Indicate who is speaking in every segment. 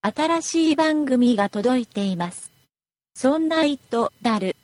Speaker 1: 新しい番組が届いています。そんな糸だる。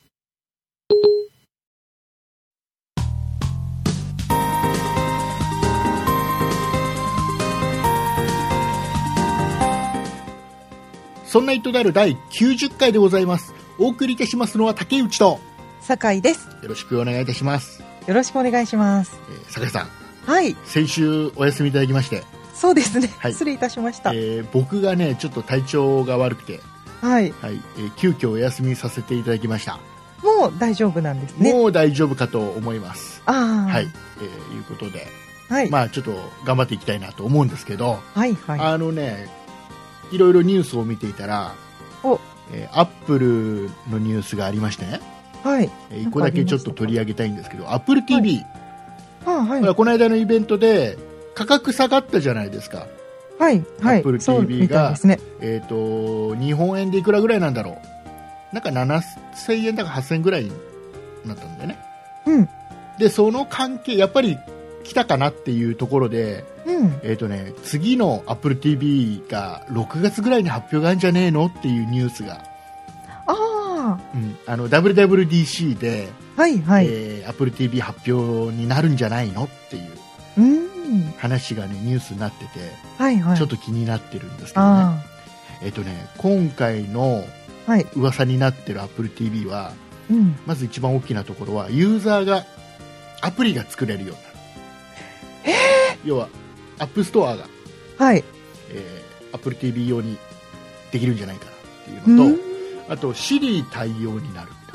Speaker 2: そんな糸である第90回でございます。お送りいたしますのは竹内と、
Speaker 3: 酒井です。
Speaker 2: よろしくお願いいたします。
Speaker 3: よろしくお願いします
Speaker 2: え。ー、坂井さん、
Speaker 3: はい、
Speaker 2: 先週お休みいただきまして、
Speaker 3: そうですね。
Speaker 2: はい
Speaker 3: 失礼いたしました。
Speaker 2: えー僕がね、ちょっと体調が悪くて、
Speaker 3: はい、
Speaker 2: はいえー急遽お休みさせていただきました。
Speaker 3: もう大丈夫なんですね。
Speaker 2: もう大丈夫かと思います。
Speaker 3: ああ、
Speaker 2: はい、えーいうことで、
Speaker 3: はい、
Speaker 2: まあちょっと頑張っていきたいなと思うんですけど、
Speaker 3: はい、はい。
Speaker 2: あのね、いろいろニュースを見ていたら、
Speaker 3: お
Speaker 2: えーアップルのニュースがありましてね、
Speaker 3: はい、
Speaker 2: えー一個だけちょっと取り上げたいんですけど、アップル TV、
Speaker 3: ああはい、
Speaker 2: ほ
Speaker 3: は
Speaker 2: らこの間のイベントで価格下がったじゃないですか、
Speaker 3: い、はい。
Speaker 2: Apple
Speaker 3: そう
Speaker 2: TV
Speaker 3: みたいですね。
Speaker 2: えー、と日本円でいくらぐらいなんだろうなんか7000円だか8000円ぐらいになったんだよね
Speaker 3: うん、
Speaker 2: でその関係やっぱり来たかなっていうところで、
Speaker 3: うん。
Speaker 2: えーとね、次の AppleTV が6月ぐらいに発表があるんじゃねえのっていうニュースが、
Speaker 3: あ
Speaker 2: うん、あの WWDC で、
Speaker 3: あ、はい、はい。
Speaker 2: えー、AppleTV 発表になるんじゃないのっていう
Speaker 3: うん、
Speaker 2: 話が、ね、ニュースになってて、
Speaker 3: はい、はい。
Speaker 2: ちょっと気になってるんですけどね。
Speaker 3: あ
Speaker 2: えっとね、今回の
Speaker 3: あ、はい、
Speaker 2: 噂になってる AppleTV は、
Speaker 3: うん。
Speaker 2: まず一番大きなところは、ユーザーがアプリが作れるようになる。要は、App Store が、
Speaker 3: はい。
Speaker 2: えー、AppleTV 用にできるんじゃないかなっていううのと、
Speaker 3: ん、
Speaker 2: あと、Siri 対応になるって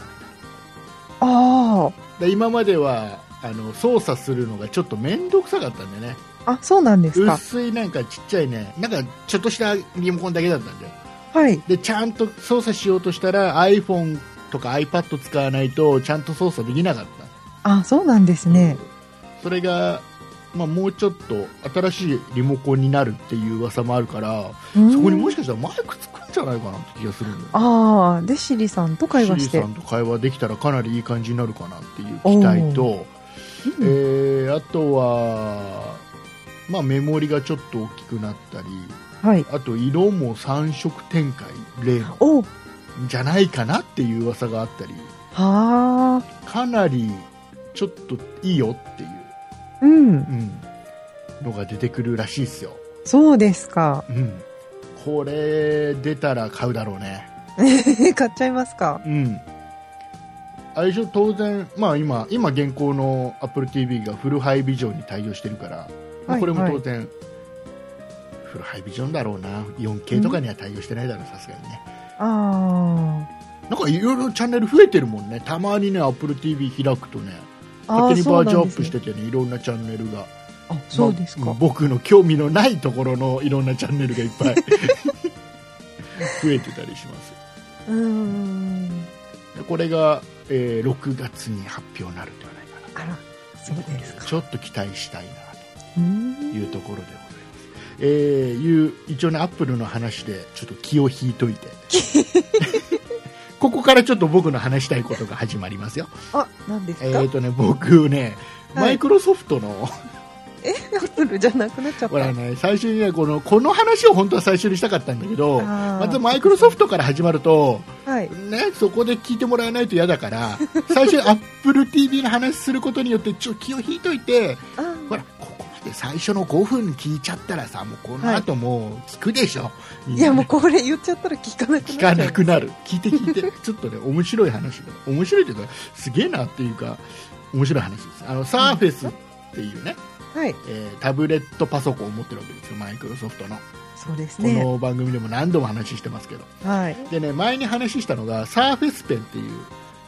Speaker 2: 話
Speaker 3: あ
Speaker 2: で今まではあの操作するのがちょっと面倒くさかったんでね、
Speaker 3: あ、あ、そうなんですか。
Speaker 2: 薄いなんかちっちゃいね、なんかちょっとしたリモコンだけだったんで、
Speaker 3: はい、
Speaker 2: でちゃんと操作しようとしたら iPhone とか iPad 使わないとちゃんと操作できなかっ
Speaker 3: あ、そうなんです
Speaker 2: た、
Speaker 3: ね。
Speaker 2: それが、まあ、もうちょっと新しいリモコンになるっていう噂もあるから
Speaker 3: うん
Speaker 2: そこにもしかしたらマイクつくんじゃないかなって気がするんだよね
Speaker 3: ああ、で、シリさんと会話し
Speaker 2: シリ
Speaker 3: て。
Speaker 2: さんと会話できたらかなりいい感じになるかなっていう期待と、え
Speaker 3: うん
Speaker 2: ーあとは、まあ、メモリがちょっと大きくなったり
Speaker 3: はい。
Speaker 2: あと色も3色展開例の
Speaker 3: おは
Speaker 2: じゃないかなっていう噂があったり
Speaker 3: あ、
Speaker 2: かなりちょっといいよっていう、
Speaker 3: うん。
Speaker 2: うんのが出てくるらしいですよ、
Speaker 3: そうですか。
Speaker 2: うん、これ出たら買うだろうね、
Speaker 3: 買っちゃいますか。
Speaker 2: うん、あれでしょ当然、まあ、今今現行の AppleTV がフルハイビジョンに対応してるから、まあ
Speaker 3: はい
Speaker 2: これも当然、フルハイビジョンだろうな 4K とかには対応してないだろうさすがにね
Speaker 3: あ
Speaker 2: なんかいろいろチャンネル増えてるもんねたまにね AppleTV 開くとね
Speaker 3: ーあー。
Speaker 2: 勝手にバージョンアップし
Speaker 3: そうなんです
Speaker 2: て
Speaker 3: ね
Speaker 2: てねいろんなチャンネルが
Speaker 3: あ、そうですか。
Speaker 2: ま僕の興味のないところのいろんなチャンネルがいっ ぱい増えてたりします
Speaker 3: うーん。
Speaker 2: でこれが、えー6月に発表になるんではないかな
Speaker 3: あら、そうですか。
Speaker 2: ちょっと期待したいな
Speaker 3: うー
Speaker 2: と
Speaker 3: ん
Speaker 2: いうところでございます、えーいう一応ねアップルの話でちょっと気を引いと いてここからちょっと僕の話したいことが始まりますよ
Speaker 3: あ、なんです
Speaker 2: えっ、
Speaker 3: か
Speaker 2: とね僕ね
Speaker 3: はい
Speaker 2: マイクロソフトの、
Speaker 3: アップルじゃなくなっちゃった。
Speaker 2: ほらね最初にねこのこの話を本当は最初にしたかったんだけどま
Speaker 3: ま
Speaker 2: ずマイクロソフトから始まると、
Speaker 3: ト。はい。
Speaker 2: ね、そこで聞いてもらえないと嫌だから、最初に AppleTV の話することによって、ちょっと気を引いといて、
Speaker 3: あー
Speaker 2: ほら、ここまで最初の5分聞いちゃったらさ、もうこの後もう聞くでしょ、みん
Speaker 3: い
Speaker 2: な
Speaker 3: や、もうこれ言っちゃったら聞かなくなっ
Speaker 2: 聞
Speaker 3: ちゃ
Speaker 2: か
Speaker 3: う。
Speaker 2: なくなる、聞いて聞いて、ちょっとね、面白い話で、面白いというか、すげえなっていうか、面白い話です。あの、サーフェスっていうね、
Speaker 3: はい。
Speaker 2: えータブレットパソコンを持ってるわけですよ、マイクロソフトの。
Speaker 3: そうです
Speaker 2: こ
Speaker 3: ね。
Speaker 2: の番組でも何度も話してますけど。
Speaker 3: はい。
Speaker 2: でね前に話したのがサーフェスペンっていう、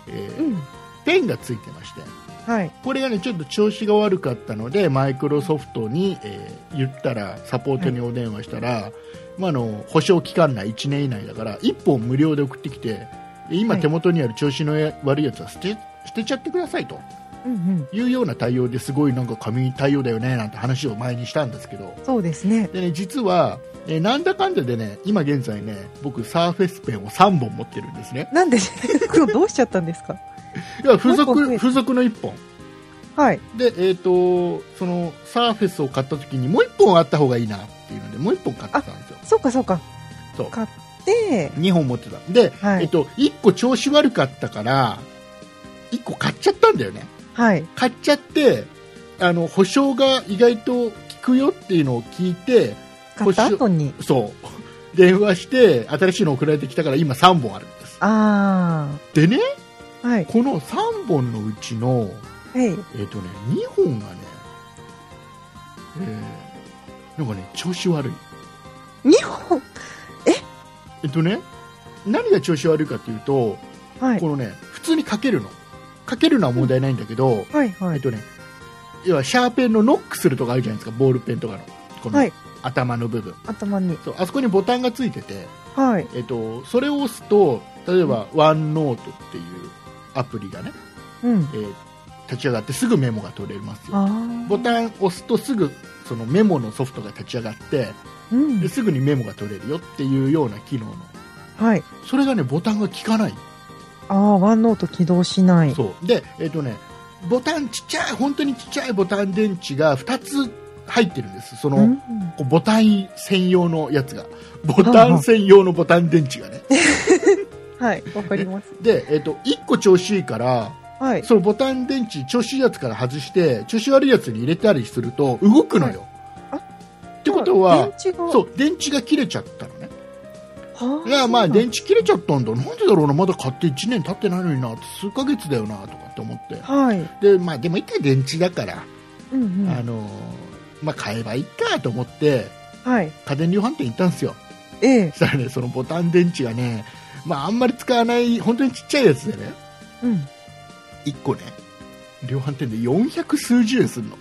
Speaker 2: えー
Speaker 3: うん。
Speaker 2: ペンがついてまして
Speaker 3: はい。
Speaker 2: これがねちょっと調子が悪かったのでマイクロソフトに、えー言ったらサポートにお電話したら、まあ、あの保証期間内1年以内だから1本無料で送ってきてで今
Speaker 3: はい
Speaker 2: 手元にある調子の悪いやつは捨て捨てちゃってくださいと
Speaker 3: うんうん。
Speaker 2: いうような対応ですごいなんか紙対応だよねなんて話を前にしたんですけど
Speaker 3: そうですね。
Speaker 2: でね実は、えーなんだかんだでね今現在ね僕サーフェスペンを3本持ってるんですね
Speaker 3: なんで、今日どうしちゃったんですか
Speaker 2: いや付
Speaker 3: もう一本増
Speaker 2: 属
Speaker 3: えた
Speaker 2: 付属の1本
Speaker 3: はい。
Speaker 2: で、えー、とそのサーフェスを買った時にもう1本あった方がいいなっていうのでもう1本買ってたんですよ
Speaker 3: そうかそうか。
Speaker 2: そう
Speaker 3: 買って、
Speaker 2: 2本持ってたで、
Speaker 3: は
Speaker 2: え
Speaker 3: い
Speaker 2: っと、1個調子悪かったから1個買っちゃったんだよね
Speaker 3: はい。
Speaker 2: 買っちゃってあの保証が意外と効くよっていうのを聞いて
Speaker 3: 買った後に。
Speaker 2: そう電話して新しいの送られてきたから今3本あるんです
Speaker 3: あ
Speaker 2: でね
Speaker 3: あ。はい。
Speaker 2: この3本のうちの
Speaker 3: はい。
Speaker 2: えっとね2本がね、えーなんかね調子悪い
Speaker 3: 2本
Speaker 2: えっとね何が調子悪いかっていうと
Speaker 3: はい。
Speaker 2: このね普通に書けるの書けるのは問題ないんだけど、
Speaker 3: はい、は
Speaker 2: えっ
Speaker 3: い。
Speaker 2: とね要はシャーペンのノックするとかあるじゃないですかボールペンとかのこ
Speaker 3: は
Speaker 2: の
Speaker 3: い
Speaker 2: 頭の部分、
Speaker 3: 頭に。
Speaker 2: そうあそこにボタンがついてて、
Speaker 3: はい。
Speaker 2: えっと、それを押すと例えば、ワンノートっていうアプリがね、
Speaker 3: うん。
Speaker 2: えー立ち上がってすぐメモが取れますよ
Speaker 3: あ
Speaker 2: ボタン押すとすぐそのメモのソフトが立ち上がって
Speaker 3: あ。うん
Speaker 2: で。すぐにメモが取れるよっていうような機能の
Speaker 3: はい。
Speaker 2: それがねボタンが効かない
Speaker 3: ああ、ワンノート起動しない。
Speaker 2: そうでえっ、とねボタンちっちゃい本当にちっちゃいボタン電池が2つ入ってるんですその、
Speaker 3: うん。
Speaker 2: こうボタン専用のやつがボタン専用のボタン電池がね
Speaker 3: はい。わかります。
Speaker 2: で、えっと1個調子いいから
Speaker 3: はい。
Speaker 2: そのボタン電池調子いいやつから外して調子悪いやつに入れたりすると動くのよ、
Speaker 3: はい
Speaker 2: ってことは
Speaker 3: 電池が。
Speaker 2: そう電池が切れちゃったのね
Speaker 3: はあ。
Speaker 2: いやまあ
Speaker 3: そう
Speaker 2: 電池切れちゃったんだなんでだろうなまだ買って1年経ってないのにな数ヶ月だよなとかって思って
Speaker 3: なんはい。
Speaker 2: で,、まあ、でも一回電池だから、
Speaker 3: うんうん。
Speaker 2: あのーまあ、買えばいいかと思って
Speaker 3: はい。
Speaker 2: 家電量販店行ったんですよ
Speaker 3: ええ。
Speaker 2: そしたらねそのボタン電池がね、まあ、あんまり使わない本当にちっちゃいやつでね
Speaker 3: うん。
Speaker 2: 1個ね量販店で400数十円するの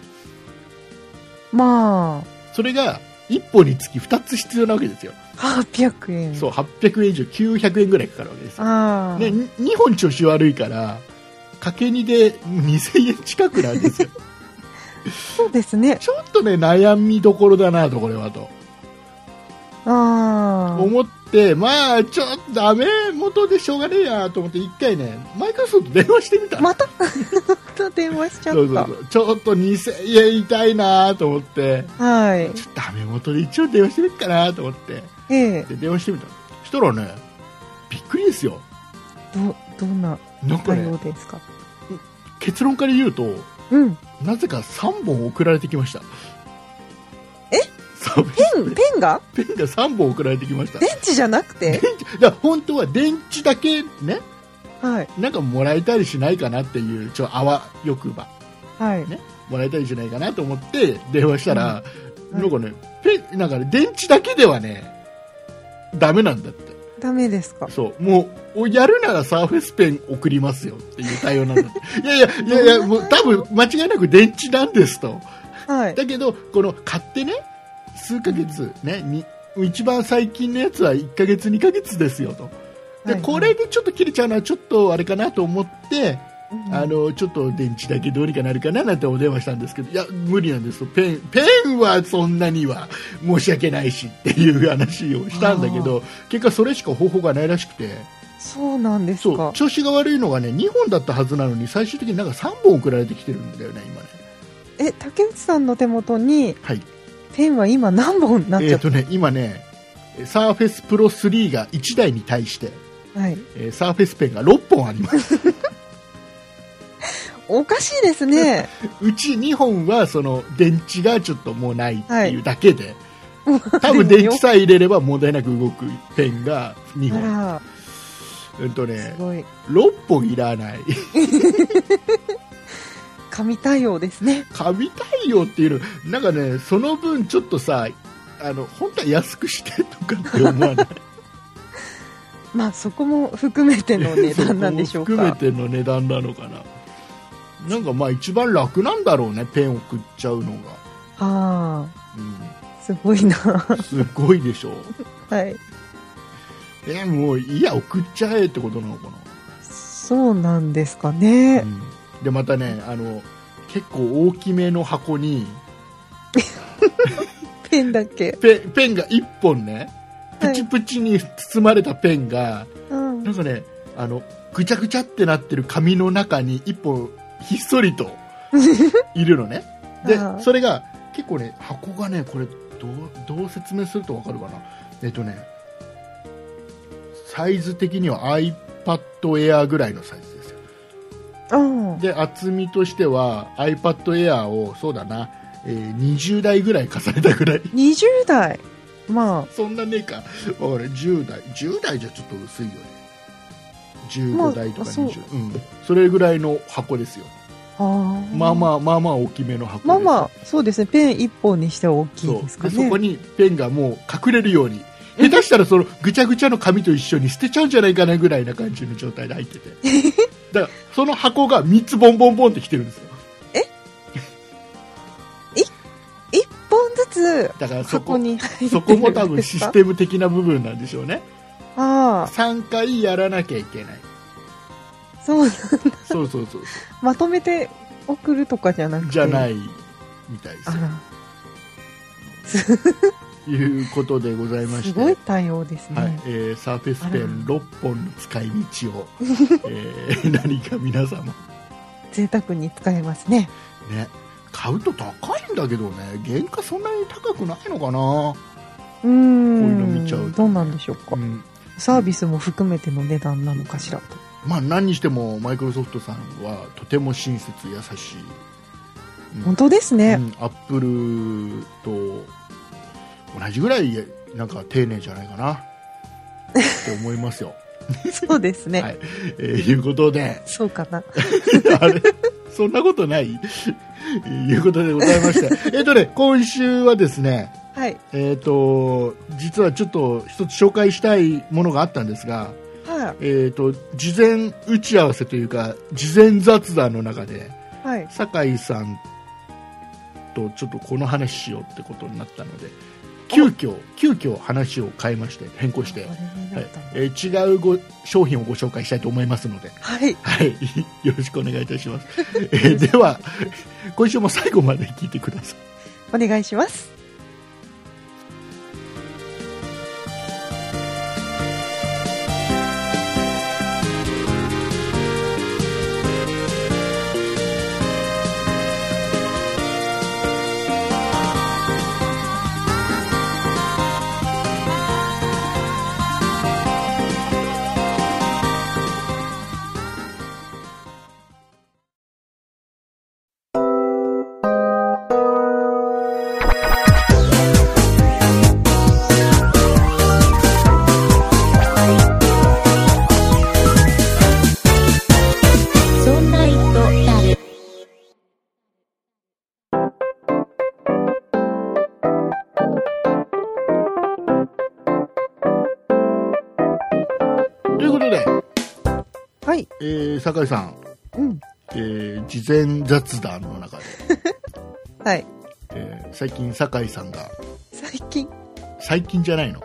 Speaker 3: まあ、
Speaker 2: それが1本につき2つ必要なわけですよ、
Speaker 3: 800円。
Speaker 2: そう800円以上900円ぐらいかかるわけですよ、
Speaker 3: ああ。
Speaker 2: ね、に2本調子悪いから掛け荷で2000円近くなん ですよ
Speaker 3: そうですね。
Speaker 2: ちょっとね悩みどころだなとこれはと
Speaker 3: ああ。
Speaker 2: 思ってまあちょっとダメ元でしょうがねえやと思って1回ねマイクロソフト電話してみたの
Speaker 3: また また電話しちゃった。
Speaker 2: そうそうそうちょっと2000円痛いなと思って
Speaker 3: はい。
Speaker 2: ちょっとダメ元で一応電話してみっかなと思って
Speaker 3: ええ
Speaker 2: で電話してみたのそしたらねびっくりですよ
Speaker 3: ど、どんな
Speaker 2: なんか
Speaker 3: 対
Speaker 2: ね
Speaker 3: 応ですか
Speaker 2: 結論から言うと
Speaker 3: うん。
Speaker 2: なぜか3本送られてきました
Speaker 3: え
Speaker 2: そう
Speaker 3: ペン、ペンが
Speaker 2: ペンが3本送られてきました
Speaker 3: 電池じゃなくて
Speaker 2: だから本当は電池だけね
Speaker 3: はい。
Speaker 2: なんかもらえたりしないかなっていうちょあわ欲ば
Speaker 3: はい。
Speaker 2: ねもらえたりしないかなと思って電話したら、
Speaker 3: うん
Speaker 2: なんかねペンなんかね電池だけではねダメなんだって
Speaker 3: ダメですか
Speaker 2: そうもうおやるならサーフェスペン送りますよっていう対応なんだっていやいやいやいやもう多分間違いなく電池なんですと
Speaker 3: はい。
Speaker 2: だけどこの買ってね数ヶ月ね、に一番最近のやつは1ヶ月2ヶ月ですよとで
Speaker 3: はい
Speaker 2: これ、でちょっと切れちゃうのはちょっとあれかなと思って、
Speaker 3: うん
Speaker 2: あのちょっと電池だけどうにかなるかななんてお電話したんですけどいや無理なんですよペンペンはそんなには申し訳ないしっていう話をしたんだけど結果それしか方法がないらしくて
Speaker 3: そうなんです
Speaker 2: そう
Speaker 3: か。
Speaker 2: 調子が悪いのがね2本だったはずなのに最終的になんか3本送られてきてるんだよね今ね
Speaker 3: え、竹内さんの手元に、
Speaker 2: はい
Speaker 3: ペンは今何本になっち
Speaker 2: え
Speaker 3: ゃ
Speaker 2: っ、
Speaker 3: っ
Speaker 2: とね今ねサーフェスプロ3が1台に対して、
Speaker 3: たはい。
Speaker 2: えーサーフェスペンが6本あります
Speaker 3: おかしいですね。
Speaker 2: うち2本はその電池がちょっともうないって
Speaker 3: はい
Speaker 2: いうだけで、多分
Speaker 3: でも
Speaker 2: 電
Speaker 3: よ
Speaker 2: 池さえ入れれば問題なく動くペンが2
Speaker 3: あ
Speaker 2: 本
Speaker 3: ら、
Speaker 2: うんと
Speaker 3: す
Speaker 2: ね
Speaker 3: ごい。
Speaker 2: 6本いらない
Speaker 3: 神対応ですね。
Speaker 2: 紙対応っていうのなんかねその分ちょっとさあの本当は安くしてとかって思わない
Speaker 3: まあ、そこも含めての値段なんでしょう
Speaker 2: そこも
Speaker 3: か。
Speaker 2: 含めての値段なのかななんかまあ一番楽なんだろうねペン送っちゃうのが、
Speaker 3: あ
Speaker 2: う
Speaker 3: あ、すごいな。
Speaker 2: ん、すごいでしょ
Speaker 3: はい。
Speaker 2: えもういいや送っちゃえってことなのか
Speaker 3: そうなんですか
Speaker 2: な、
Speaker 3: ね
Speaker 2: う。んでまたねあの結構大きめの箱に
Speaker 3: ペンだけ。
Speaker 2: ペンペンが1本ね
Speaker 3: は
Speaker 2: プ
Speaker 3: い
Speaker 2: チプチに包まれたペンが、
Speaker 3: うん
Speaker 2: な。んかねあのぐちゃぐちゃってなってる紙の中に1本ひっそりといるのねで
Speaker 3: ああ
Speaker 2: それが結構ね箱がねこれどうどう説明すると分かるかなえっとねサイズ的には iPad Air ぐらいのサイズですよ
Speaker 3: あー
Speaker 2: で厚みとしては iPad Air をそうだな、えー20代ぐらい重ねたぐらい
Speaker 3: 20代ま
Speaker 2: そんなねえかわかる10代10代じゃちょっと薄いよね
Speaker 3: まあ
Speaker 2: 15代とか
Speaker 3: そう
Speaker 2: 20、うん、それぐらいの箱ですよ
Speaker 3: ああ
Speaker 2: まあ
Speaker 3: あ
Speaker 2: まあまあまあ大きめの箱です
Speaker 3: まあまあそうですねペン1本にしては大き
Speaker 2: そ
Speaker 3: いうですか
Speaker 2: でそこ
Speaker 3: ね
Speaker 2: にペンがもう隠れるよう に下手したらそのぐちゃぐちゃの紙と一緒に捨てちゃうんじゃないかなぐらいな感じの状態で入ってて だからその箱が3つボンボンボンってきてるんですよ
Speaker 3: 1本ずつ
Speaker 2: だからそ
Speaker 3: 箱
Speaker 2: こ
Speaker 3: に入ってるんです
Speaker 2: そ
Speaker 3: か
Speaker 2: こも多分システム的な部分なんでしょうね
Speaker 3: あ
Speaker 2: 3回やらなきゃいけない
Speaker 3: あそう
Speaker 2: そうそうそう
Speaker 3: まとめて送るとかじゃなくて
Speaker 2: じゃないいみたいです
Speaker 3: あら
Speaker 2: ということでございまして
Speaker 3: すごい対応ですね、
Speaker 2: はいえーサーフェスペン6本の使い道 を、えー何か皆様
Speaker 3: 贅沢に使えますね
Speaker 2: ね買うと高いんだけどね原価そんなに高くないのかな、
Speaker 3: うーん
Speaker 2: こういうの見ちゃうと
Speaker 3: どうなんでしょうか、
Speaker 2: うん
Speaker 3: サービスも含めての値段なのかしらと
Speaker 2: まあ何にしてもマイクロソフトさんはとても親切優しい、うん
Speaker 3: 本当ですね、
Speaker 2: うんアップルと同じぐらいなんか丁寧じゃないかなと思います よ。
Speaker 3: そうですね、
Speaker 2: はいえーいうことで
Speaker 3: そう かな
Speaker 2: あれそんなことないいうことでございましてえ っとね今週はですね
Speaker 3: はい
Speaker 2: えー、と実はちょっと一つ紹介したいものがあったんですが、
Speaker 3: は
Speaker 2: えー、と事前打ち合わせというか事前雑談の中で
Speaker 3: いはい
Speaker 2: 酒井さんとちょっとこの話しようってことになったので急遽急遽話を変えまして変更して、
Speaker 3: こ
Speaker 2: はい
Speaker 3: れになったの
Speaker 2: えー違うご商品をご紹介したいと思いますので、
Speaker 3: はい
Speaker 2: はい、 よろしくお願いいたします、えーでは今週も最後まで聞いてください
Speaker 3: お願いします
Speaker 1: そんな糸だる。
Speaker 2: ということで、
Speaker 3: はい
Speaker 2: えー酒井さん
Speaker 3: うん
Speaker 2: えー事前雑談の中で、
Speaker 3: はい
Speaker 2: えー最近酒井さんが
Speaker 3: 最近
Speaker 2: 最近じゃないの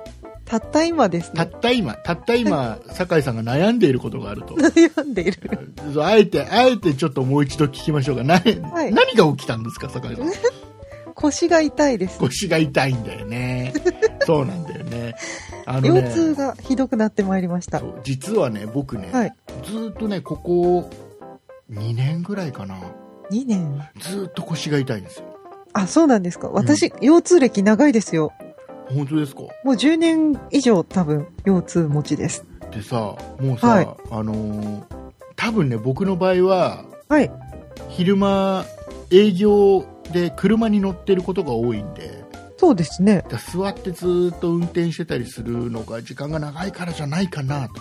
Speaker 3: たった今です
Speaker 2: た
Speaker 3: ね
Speaker 2: った今たった今酒井さんが悩んでいることがあると
Speaker 3: 悩んでいる
Speaker 2: そうあえてあえてちょっともう一度聞きましょうかな、
Speaker 3: い
Speaker 2: 何が起きたんですか酒井さん
Speaker 3: 腰が痛いです
Speaker 2: 腰が痛いんだよねそうなんだよねあのね
Speaker 3: 腰痛がひどくなってまいりました
Speaker 2: そう実はね僕ね、
Speaker 3: はい
Speaker 2: ずーっとねここ2年ぐらいかな
Speaker 3: 2年
Speaker 2: ずーっと腰が痛いんですよ
Speaker 3: あそうなんですか私、腰痛歴長いですよ
Speaker 2: 本当ですか
Speaker 3: もう10年以上多分腰痛持ちです
Speaker 2: でさもうさ、
Speaker 3: はい
Speaker 2: あのー多分ね僕の場合は
Speaker 3: はい
Speaker 2: 昼間営業で車に乗ってることが多いんで
Speaker 3: そうですね
Speaker 2: だ座ってずっと運転してたりするのが時間が長いからじゃないかなと、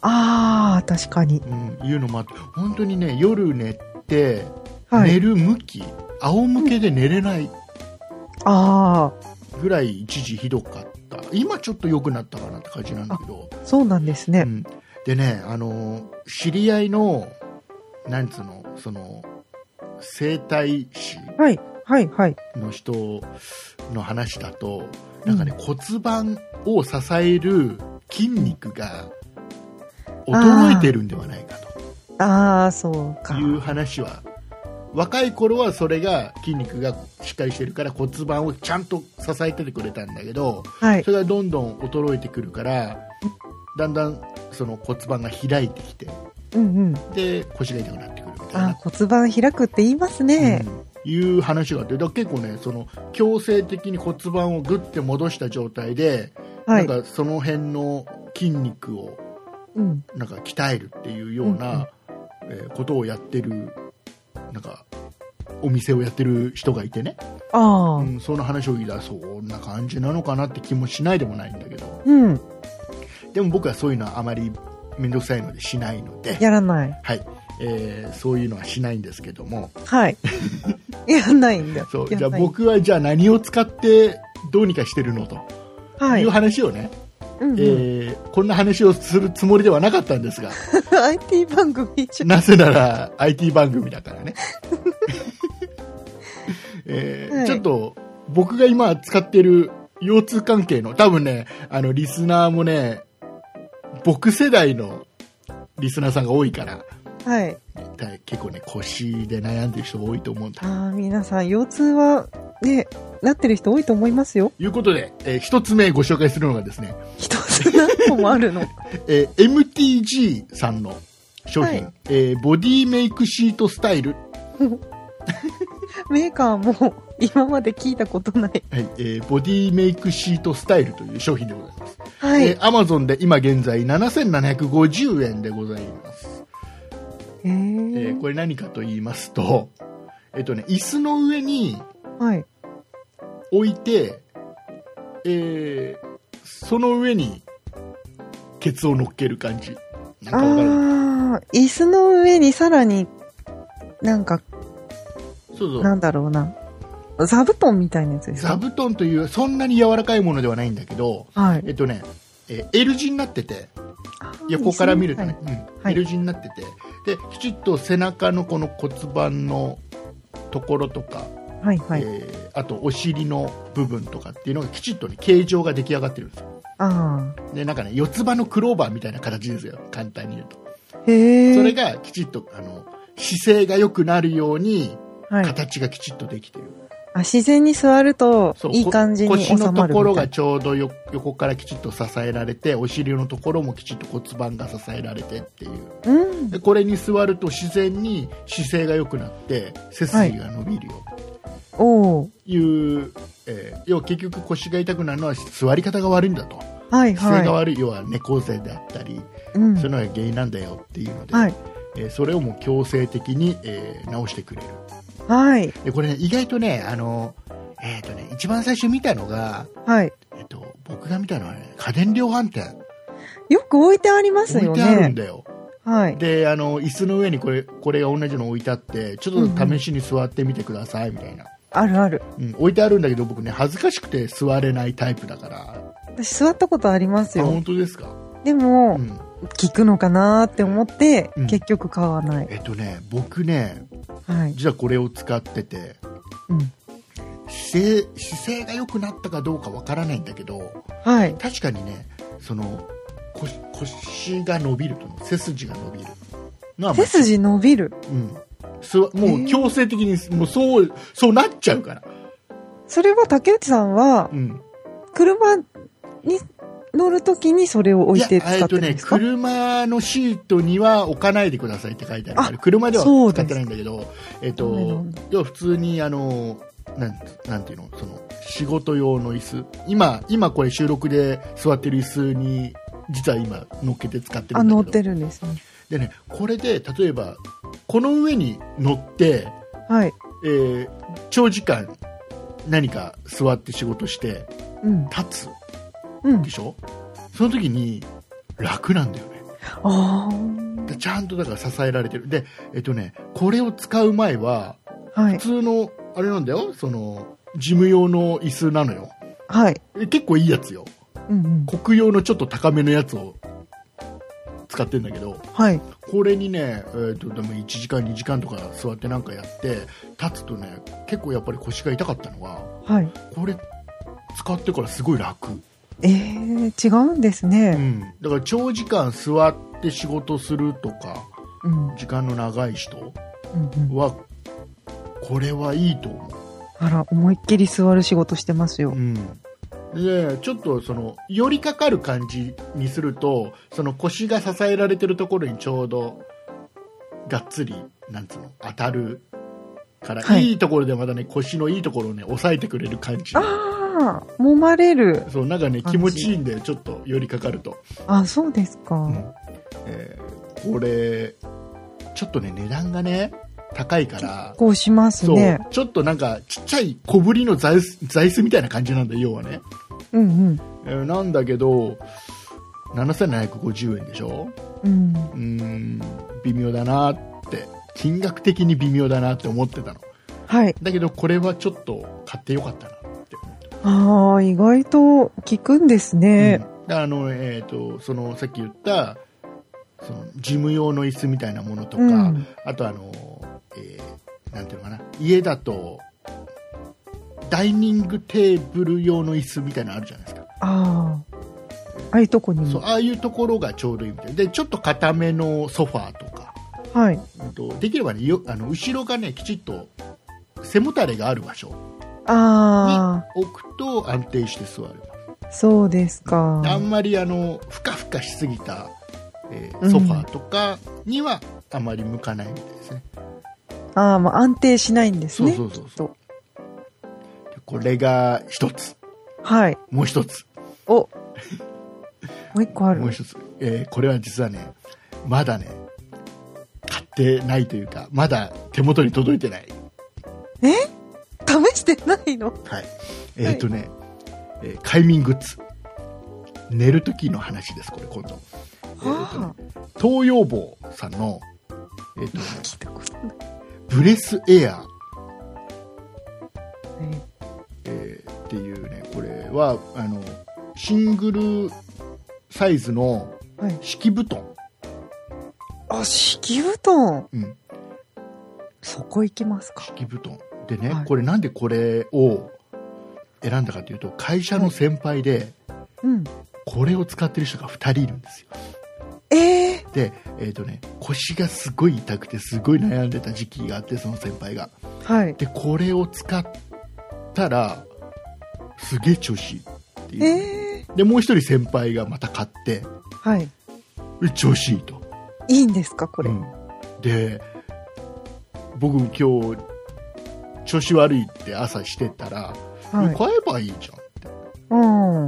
Speaker 3: あー確かに
Speaker 2: うん、いうのもあって本当にね夜寝て、
Speaker 3: はい
Speaker 2: 寝る向き仰向けで寝れない
Speaker 3: ああ
Speaker 2: ぐらい一時ひどかった今ちょっと良くなったかなって感じなんだけど
Speaker 3: そうなんですね、
Speaker 2: うん、でね、あのー知り合いのなんつうのその整体師
Speaker 3: はいはいはい
Speaker 2: の人の話だとなんかね、骨盤を支える筋肉が衰えてるんではないか
Speaker 3: ああそう
Speaker 2: と
Speaker 3: か
Speaker 2: いう話は若い頃はそれが筋肉がしっかりしてるから骨盤をちゃんと支えててくれたんだけど
Speaker 3: はい
Speaker 2: それがどんどん衰えてくるからだんだんその骨盤が開いてきて
Speaker 3: うんうん
Speaker 2: で腰が痛くなってくるみたい
Speaker 3: あ
Speaker 2: な、
Speaker 3: ー骨盤開くって言いますね、
Speaker 2: うんいう話があってだから結構ねその強制的に骨盤をグッて戻した状態で、
Speaker 3: はい
Speaker 2: なんかその辺の筋肉を
Speaker 3: うん。
Speaker 2: なんか鍛えるっていうような、えーことをやってるなんかお店をやってる人がいてね、
Speaker 3: あ
Speaker 2: う
Speaker 3: あ。
Speaker 2: ん、その話を聞いたらそんな感じなのかなって気もしないでもないんだけど
Speaker 3: うん。
Speaker 2: でも僕はそういうのはあまり面倒くさいのでしないので、
Speaker 3: やらない。
Speaker 2: はいえーそういうのはしないんですけども
Speaker 3: はい。やらないんだ。
Speaker 2: そう
Speaker 3: や
Speaker 2: じゃ
Speaker 3: ら
Speaker 2: あ
Speaker 3: ない。
Speaker 2: 僕はじゃあ何を使ってどうにかしてるのと
Speaker 3: はいい。
Speaker 2: う話をね、
Speaker 3: うん
Speaker 2: えーこんな話をするつもりではなかったんです が
Speaker 3: IT 番組じゃ
Speaker 2: なぜなら IT 番組だから ね、えー
Speaker 3: はい
Speaker 2: ちょっと僕が今使ってる腰痛関係の多分ねあのリスナーもね僕世代のリスナーさんが多いから
Speaker 3: はい。
Speaker 2: だ結構ね腰で悩んでる人が多いと思うんだ
Speaker 3: ああ、皆さん、腰痛は、ね、なってる人多いと思いますよ。
Speaker 2: ということで、えー一つ目ご紹介するのがですね、
Speaker 3: 一つ何個もあ るの。
Speaker 2: えー MTG さんの商品、
Speaker 3: はい
Speaker 2: えーボディメイクシートスタイル
Speaker 3: メーカーも、今まで聞いたことない。
Speaker 2: はいえーボディメイクシートスタイルという商品でございます、
Speaker 3: は
Speaker 2: え
Speaker 3: い
Speaker 2: ー。Amazon で今現在7750円でございます、
Speaker 3: え
Speaker 2: え
Speaker 3: ー
Speaker 2: ーこれ何かと言いますとえっ、とね椅子の上に
Speaker 3: はい。
Speaker 2: 置いて、えーその上にケツを乗っける感じなんかわかる
Speaker 3: ああ、椅子の上にさらに、なんか、
Speaker 2: そうそ
Speaker 3: な
Speaker 2: うん
Speaker 3: だろうな。座布団みたいなやつです
Speaker 2: 座
Speaker 3: か
Speaker 2: 布団というそんなに柔らかいものではないんだけど
Speaker 3: はい
Speaker 2: え。っとね、えー L 字になってて横から見るとね、うん
Speaker 3: はい
Speaker 2: L 字になっててできちっと背中のこの骨盤のところとか、
Speaker 3: はいはい。
Speaker 2: えーあとお尻の部分とかっていうのがきちっと、ね、形状が出来上がってるんですよ
Speaker 3: あ
Speaker 2: でなんかね四つ葉のクローバーみたいな形ですよ簡単に言うと
Speaker 3: あ。へえ。
Speaker 2: それがきちっとあの姿勢が良くなるように
Speaker 3: はい。
Speaker 2: 形がきちっとできてる、
Speaker 3: あ、自然に座ると
Speaker 2: そう、
Speaker 3: いい感じ
Speaker 2: こ
Speaker 3: に収
Speaker 2: 腰の
Speaker 3: ま
Speaker 2: と
Speaker 3: る
Speaker 2: ころ
Speaker 3: みた
Speaker 2: が
Speaker 3: い。
Speaker 2: ちょうどよ横からきちっと支えられてお尻のところもきちっと骨盤が支えられてっていう
Speaker 3: うん。
Speaker 2: でこれに座ると自然に姿勢が良くなって背筋が伸びるよ
Speaker 3: おお。
Speaker 2: という、えー要は結局腰が痛くなるのは座り方が悪いんだと
Speaker 3: はい
Speaker 2: 姿勢が
Speaker 3: は
Speaker 2: 悪い、要は猫背であったり
Speaker 3: い。うん。
Speaker 2: そういうのが原因なんだよっていうので、
Speaker 3: はい。
Speaker 2: えーそれをもう強制的に、えー直してくれる
Speaker 3: はい。
Speaker 2: でこれ、ね、意外とねあの、えーとね一番最初見たのが、
Speaker 3: はい。
Speaker 2: えー、と僕が見たのは、ね、家電量販店
Speaker 3: よく置いてあります
Speaker 2: 置い
Speaker 3: よ
Speaker 2: てあるん
Speaker 3: ね。
Speaker 2: だよ
Speaker 3: はい。
Speaker 2: であの椅子の上にこれこれが同じの置いてあってちょっと試しに座ってみてくださいみたいな、
Speaker 3: あるある。
Speaker 2: うん置いてあるんだけど僕ね恥ずかしくて座れないタイプだから
Speaker 3: 私座ったことあります
Speaker 2: あ
Speaker 3: よ。
Speaker 2: 本当ですか、
Speaker 3: で
Speaker 2: う
Speaker 3: も、
Speaker 2: ん、
Speaker 3: 効くのかなーって思って
Speaker 2: うん、
Speaker 3: 結局買わない。
Speaker 2: えっとね僕ね
Speaker 3: はい。
Speaker 2: 実はこれを使ってて
Speaker 3: うん。
Speaker 2: 姿勢姿勢が良くなったかどうかわからないんだけど
Speaker 3: はい。
Speaker 2: 確かにねその腰腰が伸びるとの背筋が伸びるのはも
Speaker 3: 背
Speaker 2: う
Speaker 3: 筋伸びる。
Speaker 2: うんすわもう強制的にもうそうそうなっちゃうから、
Speaker 3: それは竹内さんは
Speaker 2: う、ん、
Speaker 3: 車に乗るときにそれを置いて使ってるんですか
Speaker 2: いやえっとね、車のシートには置かないでくださいって書いてあるから、車では
Speaker 3: そうで
Speaker 2: 使
Speaker 3: す
Speaker 2: ってないんだけど、えっ
Speaker 3: ダメな
Speaker 2: と
Speaker 3: んだ、
Speaker 2: 要は普通に、あの、なん、なんていうの、その、仕事用の椅子。今、今これ収録で座ってる椅子に、実は今乗っけて使ってる
Speaker 3: あ、
Speaker 2: んだ
Speaker 3: 乗っ
Speaker 2: けど。
Speaker 3: てるんですね。
Speaker 2: でね、これで、例えば、この上に乗って、
Speaker 3: はい。
Speaker 2: えー長時間何か座って仕事して、
Speaker 3: うん。
Speaker 2: 立つ
Speaker 3: うん
Speaker 2: で。しょその時に、楽なんだよね。
Speaker 3: あ
Speaker 2: でちゃんとだから支えられてるで、えっとね、これを使う前は
Speaker 3: あ。は
Speaker 2: 普
Speaker 3: い。
Speaker 2: 通のあれなんだよその事務用の椅子なのよ
Speaker 3: はい。
Speaker 2: え結構いいやつよ
Speaker 3: うんうん。
Speaker 2: 国用のちょっと高めのやつを使ってんだけど
Speaker 3: はい。
Speaker 2: これにね、えっとでも1時間2時間とか座ってなんかやって立つとね結構やっぱり腰が痛かったのは
Speaker 3: はい。
Speaker 2: これ使ってからすごい楽、
Speaker 3: えー、違うんです
Speaker 2: う
Speaker 3: ね。
Speaker 2: ん、だから長時間座って仕事するとか
Speaker 3: うん。うん
Speaker 2: 時間の長い人
Speaker 3: うん。
Speaker 2: はこれはいいと思
Speaker 3: あら、思いっきり座る仕事してま
Speaker 2: う、
Speaker 3: すよ。
Speaker 2: でちょっとその寄りかかる感じにするとその腰が支えられてるところにちょうどがっつりなんつうの当たるから、、
Speaker 3: はいい
Speaker 2: いところでまたね腰のいいところをね抑えてくれる感じ
Speaker 3: ああ、揉まれる。
Speaker 2: そうなんかね
Speaker 3: 感
Speaker 2: 気
Speaker 3: じ
Speaker 2: 持ちいいんだよちょっと寄りかかると、
Speaker 3: あ、そうですか。
Speaker 2: うんえーこれちょっとね値段がね高いから
Speaker 3: こうします
Speaker 2: そう
Speaker 3: ね。
Speaker 2: ちょっとなんかちっちゃい小ぶりの座椅子座椅子みたいな感じなんだよ要はね、
Speaker 3: うん
Speaker 2: えーなんだけど7750円でしょ
Speaker 3: うん。うん。
Speaker 2: うーん微妙だなって金額的に微妙だなって思ってたの
Speaker 3: はい。
Speaker 2: だけどこれはちょっと買ってよかったなって思って
Speaker 3: ああ、意外と効くんですね。
Speaker 2: うんであのえー、とそのさっき言ったその事務用の椅子みたいなものとか、
Speaker 3: うん
Speaker 2: あとあの、えーなんていうのかな家だとダイニングテーブル用の椅子みたいなのあるじゃないですか、
Speaker 3: ああ。ああいうとこに
Speaker 2: そう
Speaker 3: も。
Speaker 2: ああいうところがちょうどいいみたいでちょっと硬めのソファーとか、
Speaker 3: はい。
Speaker 2: うんと、できれば、ね、よあの後ろがねきちっと背もたれがある場所に
Speaker 3: あ
Speaker 2: 置くと安定して座る
Speaker 3: あ、そうですか。
Speaker 2: あんまりあのふかふかしすぎた、えーソファーとかにはあまり向かないみたいですね、
Speaker 3: ああ、まあ安定しないんです
Speaker 2: そう
Speaker 3: ね。
Speaker 2: そうそう
Speaker 3: きっ
Speaker 2: そう
Speaker 3: と
Speaker 2: でこれが一つ
Speaker 3: はい。
Speaker 2: もう一つ
Speaker 3: お。もう一個ある
Speaker 2: もう。一つ、えーこれは実はねまだね買ってないというかまだ手元に届いてない
Speaker 3: 試してないの
Speaker 2: はいえっ、とね、えー快眠グッズ寝る時の話ですこれ今度
Speaker 3: はあ。
Speaker 2: 東洋坊さんの、えーとね
Speaker 3: 聞いたことない。
Speaker 2: ブレスエアー
Speaker 3: え
Speaker 2: えーっていうねこれはあのシングルサイズの
Speaker 3: はい
Speaker 2: 敷布団、
Speaker 3: あ、敷布団。
Speaker 2: うん、
Speaker 3: そこ行きますか。
Speaker 2: 敷布団でね、
Speaker 3: はい
Speaker 2: これなんでこれを選んだかというと会社の先輩で
Speaker 3: うん。
Speaker 2: これを使ってる人が2人いるんですよ
Speaker 3: ええ
Speaker 2: で、えーとね、腰がすごい痛くてすごい悩んでた時期があってその先輩が
Speaker 3: はい。
Speaker 2: でこれを使ったらすげえ調子いいっていう、
Speaker 3: ええ
Speaker 2: でもう一人先輩がまた買って
Speaker 3: はい。
Speaker 2: え調子いいと
Speaker 3: いいんですか、これ。
Speaker 2: うんで僕今日調子悪いって朝してたら、
Speaker 3: はい。
Speaker 2: 買えばいいじゃんっ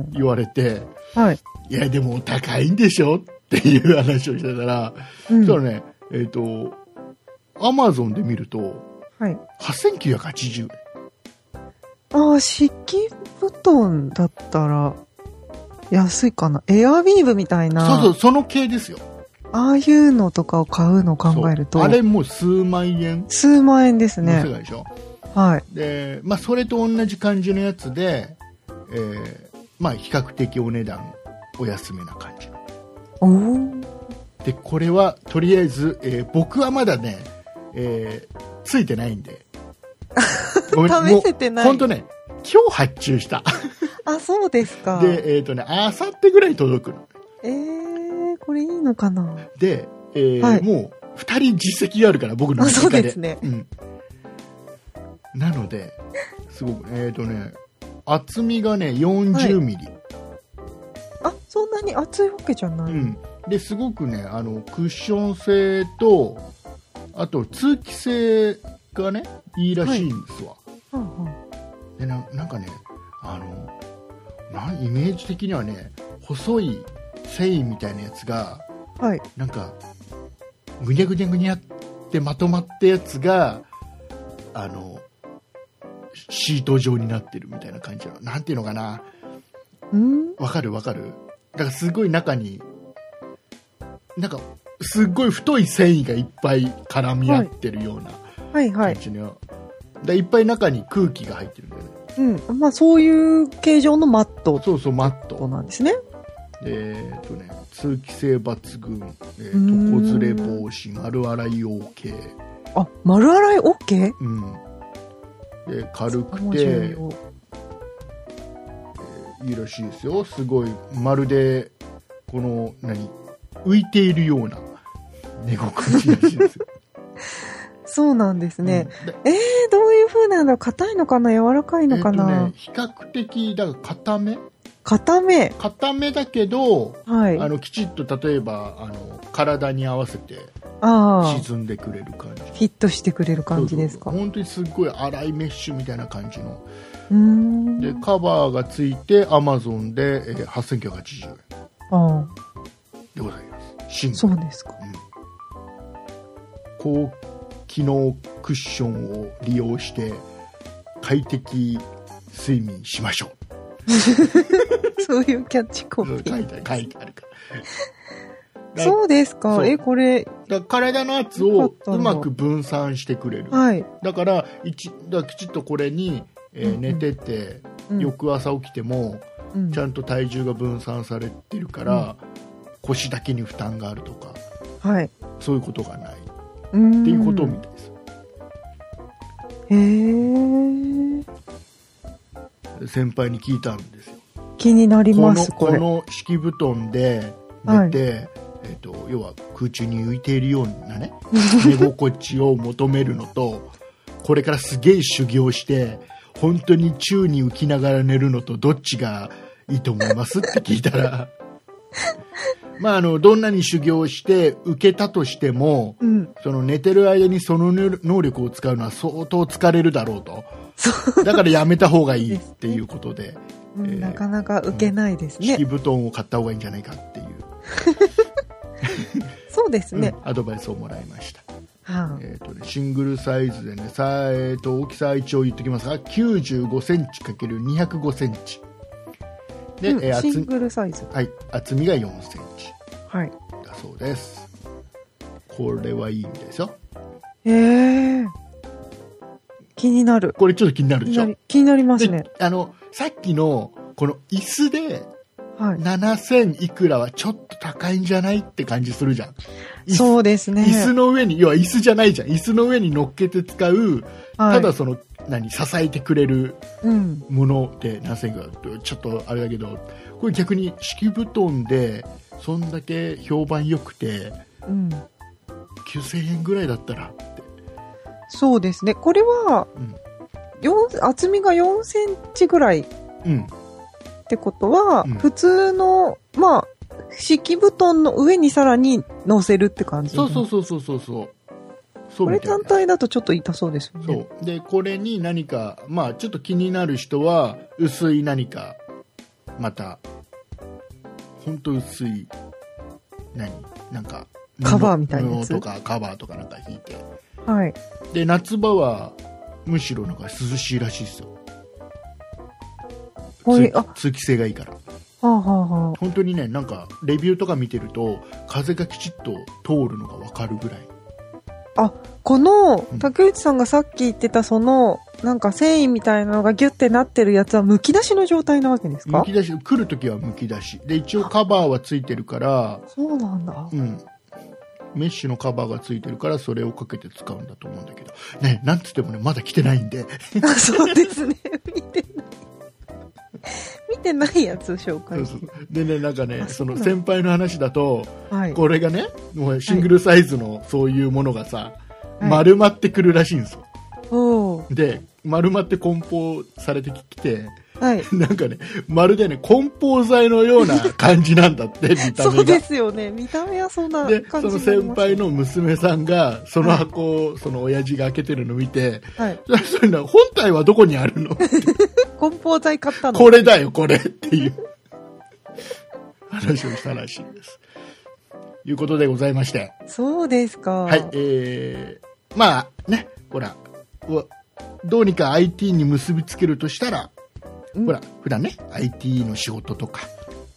Speaker 2: て
Speaker 3: うん。
Speaker 2: 言われて
Speaker 3: はい。
Speaker 2: いやでも高いんでしょっていう話をしてたら、
Speaker 3: うん
Speaker 2: そしたらねえっ、とアマゾンで見ると
Speaker 3: はい。
Speaker 2: 8980円
Speaker 3: ああ、敷布団だったら、安いかな。エアウィーヴみたいな、
Speaker 2: そうそうその系ですよ
Speaker 3: ああいうのとかを買うのを考えると
Speaker 2: そうあ、れもう数万円
Speaker 3: 数万円です
Speaker 2: の世
Speaker 3: ね。
Speaker 2: 界でしょ、
Speaker 3: はい。
Speaker 2: で、まあ、それと同じ感じのやつで、えーまあ、比較的お値段お安めな感じ
Speaker 3: おー
Speaker 2: でこれはとりあえず、えー僕はまだね、えーついてないん でごめん
Speaker 3: 試せてない
Speaker 2: もうほんとね今日発注した
Speaker 3: あ、そうですか。
Speaker 2: でえっ、とねあさってぐらいに届くの
Speaker 3: えー、これいいのかな。
Speaker 2: で、えー
Speaker 3: はい
Speaker 2: もう2人実績があるから僕の
Speaker 3: あ、そう
Speaker 2: 中で
Speaker 3: ですね。
Speaker 2: うん、なのですごくえっ、とね厚みがね40ミリ、
Speaker 3: あ、そんなに熱いわけじゃない。
Speaker 2: うん、ですごくねあのクッション性とあと通気性がねいいらしいんですわ、
Speaker 3: はんはん
Speaker 2: でななんかねあのなんイメージ的にはね細い繊維みたいなやつが
Speaker 3: はい。
Speaker 2: なんかぐにゃぐにゃぐにゃってまとまったやつがあのシート状になってるみたいな感じなのなんていうのかな
Speaker 3: うん
Speaker 2: わかるわかるだからすごい中になんかすっごい太い繊維がいっぱい絡み合ってるような
Speaker 3: はいは
Speaker 2: 感
Speaker 3: い。
Speaker 2: じの、でいっぱい中に空気が入ってるんだよね
Speaker 3: うん。まあ、そういう形状のマット
Speaker 2: そうそうマッ
Speaker 3: と
Speaker 2: ト
Speaker 3: なんですね。
Speaker 2: えーっとね通気性抜群、えー
Speaker 3: ーん
Speaker 2: 床ずれ防止丸洗い OK
Speaker 3: あ、丸洗い OK?
Speaker 2: うんで軽く
Speaker 3: 面白い
Speaker 2: て
Speaker 3: よ。
Speaker 2: いいらしいですよすごいまるでこの何浮いているような寝心地らしいですよ
Speaker 3: そうなんですね。
Speaker 2: うんで
Speaker 3: えーどういう風なんだろう硬いのかな柔らかいのか
Speaker 2: えっと
Speaker 3: な
Speaker 2: ね、比較的だから固め
Speaker 3: 硬め。
Speaker 2: 固めだけど、
Speaker 3: はい。
Speaker 2: あ
Speaker 3: あ
Speaker 2: のきちっと例えばあの体に合わせて
Speaker 3: あー。
Speaker 2: 沈んでくれる感じ
Speaker 3: フィットしてくれる感じです
Speaker 2: そ
Speaker 3: か。
Speaker 2: う
Speaker 3: う
Speaker 2: そう本当にすっごい粗いメッシュみたいな感じの
Speaker 3: ーん。
Speaker 2: でカバーがついてアマゾンで、えー8980円
Speaker 3: ああ。
Speaker 2: でございます寝具
Speaker 3: そうですか。
Speaker 2: 高機能クッションを利用して快適睡眠しましょ
Speaker 3: そういうキャッチコ
Speaker 2: う
Speaker 3: ピ
Speaker 2: 書
Speaker 3: ー。
Speaker 2: いてある書いてあるからだ
Speaker 3: そうです
Speaker 2: そ
Speaker 3: か。
Speaker 2: う
Speaker 3: え、これ、
Speaker 2: だから体の圧
Speaker 3: よ
Speaker 2: を
Speaker 3: かったな
Speaker 2: うまく分散してくれる
Speaker 3: はい。
Speaker 2: だから一だからきちっとこれに、えー
Speaker 3: うんうん
Speaker 2: 寝てて
Speaker 3: うん
Speaker 2: 翌朝起きても
Speaker 3: うん
Speaker 2: ちゃんと体重が分散されてるから、腰だけに負担があるとか
Speaker 3: はい。
Speaker 2: そういうことがないっ
Speaker 3: うん
Speaker 2: ていうことみたいです、
Speaker 3: へえ。
Speaker 2: 先輩に聞いたんですよ
Speaker 3: 気になり
Speaker 2: こ
Speaker 3: ま
Speaker 2: の
Speaker 3: す、こ
Speaker 2: こ
Speaker 3: れ。
Speaker 2: の敷布団で寝て、えっと要は空中に浮いているようなね 寝心地を求めるのとこれからすげえ修行して本当に宙に浮きながら寝るのとどっちがいいと思いますって聞いたら まああのどんなに修行して受けたとしても
Speaker 3: うん。
Speaker 2: その寝てる間にその能能力を使うのは相当疲れるだろうと
Speaker 3: そう。
Speaker 2: だからやめた方がいいっていうことで。
Speaker 3: うん
Speaker 2: えー
Speaker 3: なかなか受けないですね。
Speaker 2: 敷布団を買った方がいいんじゃないかっていう、
Speaker 3: そうですね。
Speaker 2: うんアドバイスをもらいました、
Speaker 3: は
Speaker 2: えーとね、シングルサイズでねさ、えー、と大きさ一応言ってきますが9 5センチ ×205 センチ
Speaker 3: い
Speaker 2: で、えー
Speaker 3: うんシ
Speaker 2: 厚
Speaker 3: ン
Speaker 2: み
Speaker 3: グルサイズ。
Speaker 2: はい、厚みが4センチ
Speaker 3: はい。
Speaker 2: だそうですこれはいいんですよ
Speaker 3: ええ。気になる。
Speaker 2: これちょっと気になるで
Speaker 3: 気に
Speaker 2: し
Speaker 3: な
Speaker 2: ょ
Speaker 3: り気になりますね
Speaker 2: で。あのさっきのこの椅子で
Speaker 3: はい。
Speaker 2: 7000いくらはちょっと高いんじゃないって感じするじゃん椅子
Speaker 3: そうですね。
Speaker 2: 椅子の上に、要は椅子じゃないじゃん。椅子の上に乗っけて使う、
Speaker 3: はい
Speaker 2: ただその、何、支えてくれる
Speaker 3: うん。
Speaker 2: もので何千円か、ちょっとあれだけど、これ逆に敷布団で、そんだけ評判良くて、
Speaker 3: うん。
Speaker 2: 9000円ぐらいだったらって。
Speaker 3: そうですね。これは、
Speaker 2: うん
Speaker 3: 四厚みが4センチぐらいっ
Speaker 2: うん。
Speaker 3: てことは、
Speaker 2: うん
Speaker 3: 普通の、まあ、敷布団の上にさらに乗せるって感じ。
Speaker 2: そうそうそうそうそうそう。そう
Speaker 3: これ
Speaker 2: みたい
Speaker 3: 単
Speaker 2: な
Speaker 3: 体だとちょっと痛そうですよね。
Speaker 2: そう。で、これに何か、まあ、ちょっと気になる人は、薄い何か、また、ほんと薄い、何なんか、布
Speaker 3: カバーみたいなやつ
Speaker 2: 布とかカバーとかなんか引いて。
Speaker 3: はい。
Speaker 2: で、夏場は、むしろなんか涼しいらしいですよ。
Speaker 3: これ、
Speaker 2: 通
Speaker 3: あ、
Speaker 2: 通気性がいいから。
Speaker 3: はあはあは
Speaker 2: 本当にね、なんか、レビューとか見てると、風がきちっと通るのがわかるぐらい。
Speaker 3: あ。この
Speaker 2: うん、
Speaker 3: 竹内さんがさっき言ってたその、なんか繊維みたいなのがギュってなってるやつは剥き出しの状態なわけです
Speaker 2: む
Speaker 3: か
Speaker 2: き出し、来るときはむき出し。で、一応カバーはついてるから、
Speaker 3: そうなんだ
Speaker 2: う。ん、メッシュのカバーがついてるからそれをかけて使うんだと思うんだけど、ね、なんつってもねまだ来てないんで
Speaker 3: あそうですね。見てない。見てないやつ紹
Speaker 2: そう
Speaker 3: 介
Speaker 2: そう でねなんかね
Speaker 3: あ
Speaker 2: そ
Speaker 3: そうな
Speaker 2: の
Speaker 3: の
Speaker 2: 先輩の話だと
Speaker 3: はい。
Speaker 2: これがねもうシングルサイズのそういうものがさ、
Speaker 3: はい
Speaker 2: 丸まってくるらしいんですよ
Speaker 3: おー
Speaker 2: で丸まって梱包されてきて
Speaker 3: はい。
Speaker 2: なんかねまるでね梱包材のような感じなんだって見た
Speaker 3: そ
Speaker 2: 目
Speaker 3: う
Speaker 2: が
Speaker 3: ですよね。見た目はそんな
Speaker 2: でそ
Speaker 3: 感じ
Speaker 2: の
Speaker 3: になり
Speaker 2: 先
Speaker 3: ますね
Speaker 2: 輩の娘さんがその箱をその親父が開けてるのを見て、
Speaker 3: はい。
Speaker 2: それな本体はどこにある の
Speaker 3: 梱包材買ったの。
Speaker 2: これだよこれっていう話をしたらしいですいうことでございまして
Speaker 3: そうですか。
Speaker 2: はいえー、まあねほらうどうにか IT に結びつけるとしたら、
Speaker 3: うん
Speaker 2: ほら普段ね IT の仕事とか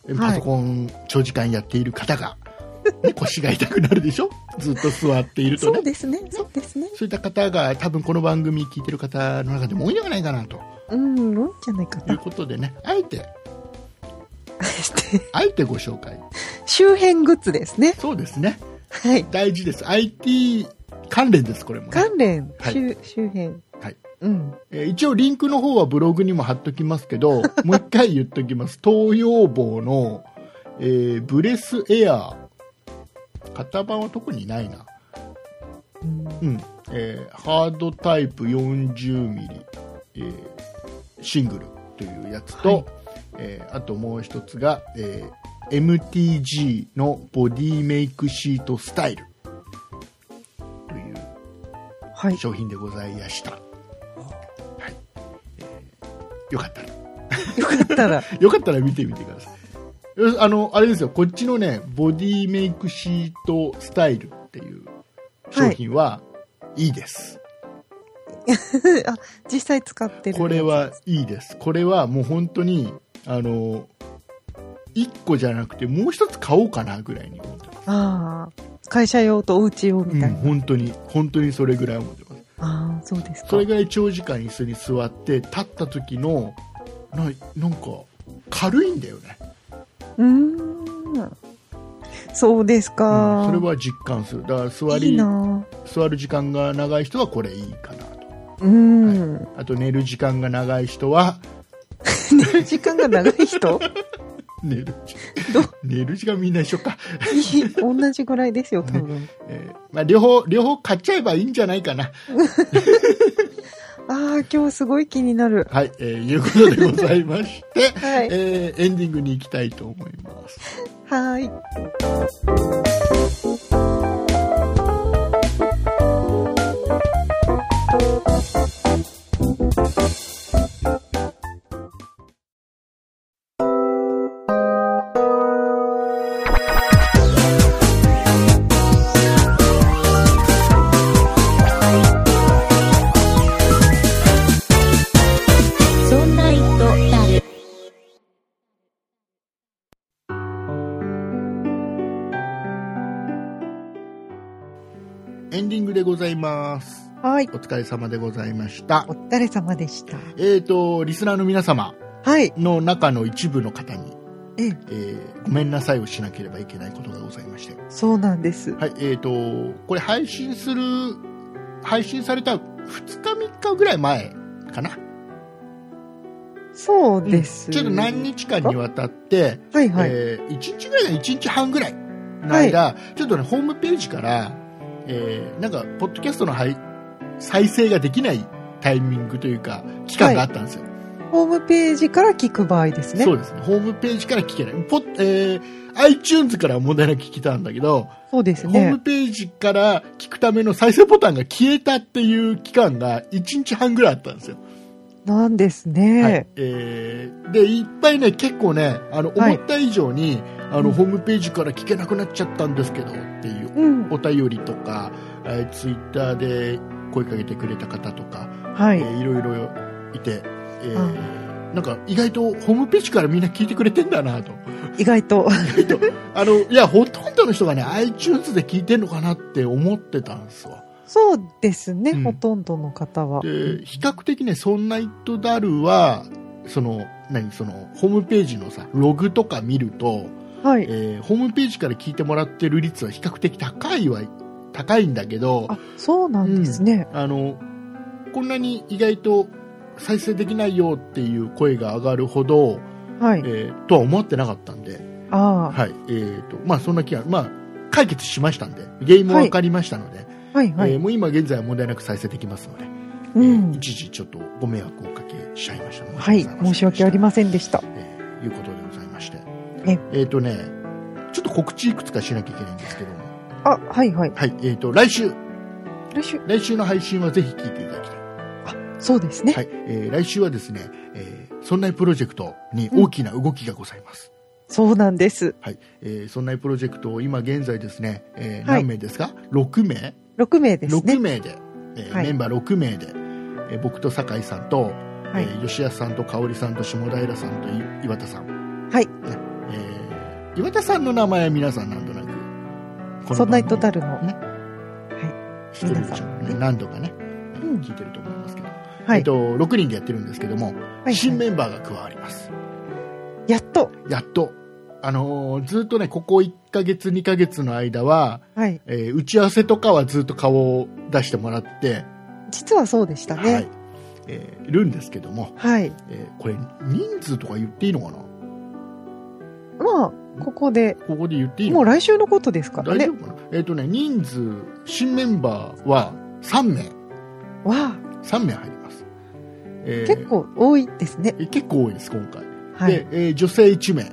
Speaker 3: い
Speaker 2: パソコン長時間やっている方が、 ね腰が痛くなるでしょずっと座っていると
Speaker 3: そ
Speaker 2: ね
Speaker 3: うですね。そうですね。
Speaker 2: そういった方が多分この番組聞いてる方の中でも多いんじゃないかなと
Speaker 3: うん、うんじゃないか
Speaker 2: いう
Speaker 3: な。
Speaker 2: ことでねあえて
Speaker 3: して
Speaker 2: あえてご紹介。
Speaker 3: 周辺グッズですね。
Speaker 2: そうですね。
Speaker 3: はい。
Speaker 2: 大事です。IT 関連です、これも、ね
Speaker 3: 関連、
Speaker 2: はい
Speaker 3: 周周辺。
Speaker 2: はい
Speaker 3: うん。
Speaker 2: えー一応、リンクの方はブログにも貼っときますけ ど、もう一回言っときます。東洋坊の、えーブレスエアー。型番は特にないな。
Speaker 3: うん
Speaker 2: うん。えーハードタイプ40ミリ、えーシングルというやつと、
Speaker 3: はい
Speaker 2: えーあともう一つが、えー MTG のボディメイクシートスタイルという
Speaker 3: はい。
Speaker 2: 商品でございました。はい。えーよかったら、
Speaker 3: よかったら。
Speaker 2: よかったら見てみてください。あの、あれですよ、こっちのね、ボディメイクシートスタイルっていう商品は、い、いです。
Speaker 3: あ、実際使ってる。
Speaker 2: これは。いいです。これはもう本当に、あの、1個じゃなくて、もう1つ買おうかなぐらいに思ってます。
Speaker 3: ああ、会社用とお家用み
Speaker 2: うん
Speaker 3: たいな。、
Speaker 2: 本当に、本当にそれぐらい思ってます。
Speaker 3: ああ、そうですか。
Speaker 2: それぐらい長時間椅子に座って、立った時の、ななんか、軽いんだよね。
Speaker 3: うーん。そうですか。
Speaker 2: うんそれは実感する。だから座
Speaker 3: いい
Speaker 2: り、
Speaker 3: な。
Speaker 2: 座る時間が長い人はこれいいかなと。
Speaker 3: うん。
Speaker 2: あと寝る時間が長い人は、
Speaker 3: 寝る時間が長い 人
Speaker 2: 寝る時
Speaker 3: ど
Speaker 2: 寝る時間みんな一緒か。
Speaker 3: いい同じぐらいですよ、多分。
Speaker 2: えーまあ、両方、両方買っちゃえばいいんじゃないかな。
Speaker 3: ああ、今日すごい気になる。
Speaker 2: はい、えーいうことでございまして、
Speaker 3: はい。
Speaker 2: えーエンディングに行きたいと思います。
Speaker 3: はい。
Speaker 1: そんな糸だる。
Speaker 2: エンディングでございます。
Speaker 3: はい
Speaker 2: お。疲れ様でございました
Speaker 3: お。疲れ様でした。
Speaker 2: えっ、と、リスナーの皆様
Speaker 3: はい。
Speaker 2: の中の一部の方に、
Speaker 3: ええ、
Speaker 2: えーごめんなさいをしなければいけないことがございまして。
Speaker 3: そうなんです。
Speaker 2: はい、えっ、と、これ配信する、配信された2日3日ぐらい前かな。
Speaker 3: そうです。
Speaker 2: ちょっと何日間にわたって、
Speaker 3: はいはい。
Speaker 2: えー1日ぐらいか1日半ぐらいの間、ちょっとね、ホームページから、えーなんか、ポッドキャストの配再生ができないタイミングというか、期間があったんですよ。
Speaker 3: ホームページから聞く場合ですね。
Speaker 2: そ
Speaker 3: そうう
Speaker 2: ですね。ホームページから聞けない。ポッえー iTunes からは問題なく聞けたんだけど、
Speaker 3: です
Speaker 2: ホーム
Speaker 3: ね。
Speaker 2: ページから聞くための再生ボタンが消えたっていう期間が1日半ぐらいあったんですよ。
Speaker 3: なんです
Speaker 2: はい
Speaker 3: ね。
Speaker 2: えーでいっぱいね結構ねあの
Speaker 3: はい
Speaker 2: 思った以上に、あ
Speaker 3: う
Speaker 2: の
Speaker 3: ん
Speaker 2: ホームページから聞けなくなっちゃったんですけどっていう
Speaker 3: うん。
Speaker 2: お便りとか、えツイッター Twitter で声かけてくれた方とか、
Speaker 3: はいい
Speaker 2: え。ーいろいろいて、えーなんか意外とホームページからみんな聞いてくれてんだなと
Speaker 3: 意外と。
Speaker 2: 意外とあのいやほとんどの人がね iTunes で聞いてんのかなって思ってたんですわ
Speaker 3: そうですね、
Speaker 2: うん
Speaker 3: ほとんどの方は。
Speaker 2: で比較的ね、そんなイットダルは、その、何、その、ホームページのさ、ログとか見ると、
Speaker 3: はい。
Speaker 2: えーホームページから聞いてもらってる率は比較的高いは、高いんだけど、あ
Speaker 3: あ、そうなんですね。
Speaker 2: の、こんなに意外と再生できないよっていう声が上がるほど、
Speaker 3: はい。
Speaker 2: えーとは思ってなかったんで、
Speaker 3: あ
Speaker 2: はい、えーと、まあそんな気が、まあ、解決しましたんで、原因も分かりましたので、
Speaker 3: あ、はいはい。
Speaker 2: えーもう今現在は問題なく再生できますので、
Speaker 3: う
Speaker 2: えー
Speaker 3: ん。
Speaker 2: 一時ちょっとご迷惑をおかけしちゃいました。
Speaker 3: はい、申し訳あり
Speaker 2: ま
Speaker 3: ませんでした。
Speaker 2: せんでした。えーいうことでございまして。
Speaker 3: え
Speaker 2: えっ、とね、ちょっと告知いくつかしなきゃいけないんですけども、
Speaker 3: あ、はいはい。
Speaker 2: はい、えっ、と、来週、
Speaker 3: 来週、
Speaker 2: 来週の配信はぜひ聞いていただきたい。
Speaker 3: そうですね。
Speaker 2: はい、えー来週はですね、えー、そんないプロジェクトに大きな動きがございます。
Speaker 3: そうなんです。
Speaker 2: はい、えー、そんないプロジェクトを今現在ですね、えー
Speaker 3: はい
Speaker 2: 何名ですか ?6 名
Speaker 3: 6名ですね
Speaker 2: 6。名で、えー
Speaker 3: はい
Speaker 2: メンバー6名で、えー僕と酒井さんと、
Speaker 3: はい
Speaker 2: えー吉安さんと香織さんと下平さんとい岩田さん、
Speaker 3: はい。
Speaker 2: えー岩田さんの名前は皆さんなんとなくこの番組
Speaker 3: そんな人たるの。
Speaker 2: ね知ってるでしょう
Speaker 3: 皆さんね
Speaker 2: 何度かね、
Speaker 3: うん
Speaker 2: 聞いてると思いますけど、
Speaker 3: は
Speaker 2: えっ
Speaker 3: い。
Speaker 2: と、6人でやってるんですけども、
Speaker 3: はい
Speaker 2: 新メンバーが加わります
Speaker 3: やっと。
Speaker 2: やっと、あのーずっとねここ1ヶ月2ヶ月の間は、
Speaker 3: はい。
Speaker 2: えー打ち合わせとかはずっと顔を出してもらって、
Speaker 3: 実はそうでした
Speaker 2: はい
Speaker 3: ね。
Speaker 2: えーいるんですけども、
Speaker 3: はい。
Speaker 2: えーこれ人数とか言っていいのかな
Speaker 3: まあ、ここで、
Speaker 2: ここで言っていい
Speaker 3: も
Speaker 2: の
Speaker 3: う来週のことですから
Speaker 2: 大
Speaker 3: ね
Speaker 2: 丈。夫かな、えっ、とね人数新メンバーは3名
Speaker 3: わ
Speaker 2: 3名入ります、え
Speaker 3: あ、
Speaker 2: ー
Speaker 3: 結構多いですね。
Speaker 2: え結構多いです今回、
Speaker 3: はい。
Speaker 2: で、えー女性1名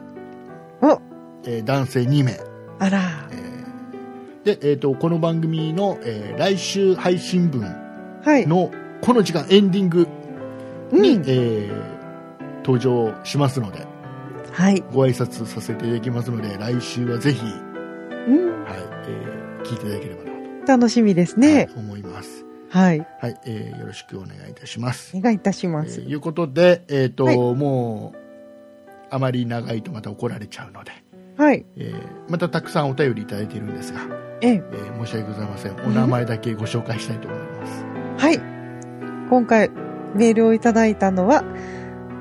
Speaker 3: お、
Speaker 2: えー男性2名、
Speaker 3: あら
Speaker 2: え。ーで、えー、とこの番組の、えー来週配信分
Speaker 3: はい。
Speaker 2: のこの時間エンディング
Speaker 3: う
Speaker 2: に、
Speaker 3: ん。
Speaker 2: えー登場しますので
Speaker 3: はい。
Speaker 2: ご挨拶させていただきますので来週はぜひ、はい
Speaker 3: うん。
Speaker 2: えー聞いていただければなと、
Speaker 3: 楽しみです
Speaker 2: はい
Speaker 3: ね。
Speaker 2: 思います、
Speaker 3: はい。
Speaker 2: はいえーよろしくお願いいたします
Speaker 3: お願いいたし
Speaker 2: と、え
Speaker 3: ます
Speaker 2: ー。いうことで、えーと
Speaker 3: はい
Speaker 2: もうあまり長いとまた怒られちゃうので、
Speaker 3: はい。
Speaker 2: えーまたたくさんお便りいただいているんですが、
Speaker 3: ええ。
Speaker 2: えー申し訳ございませんお名前だけご紹介したいと思います
Speaker 3: はい。今回メールをいただいたのは、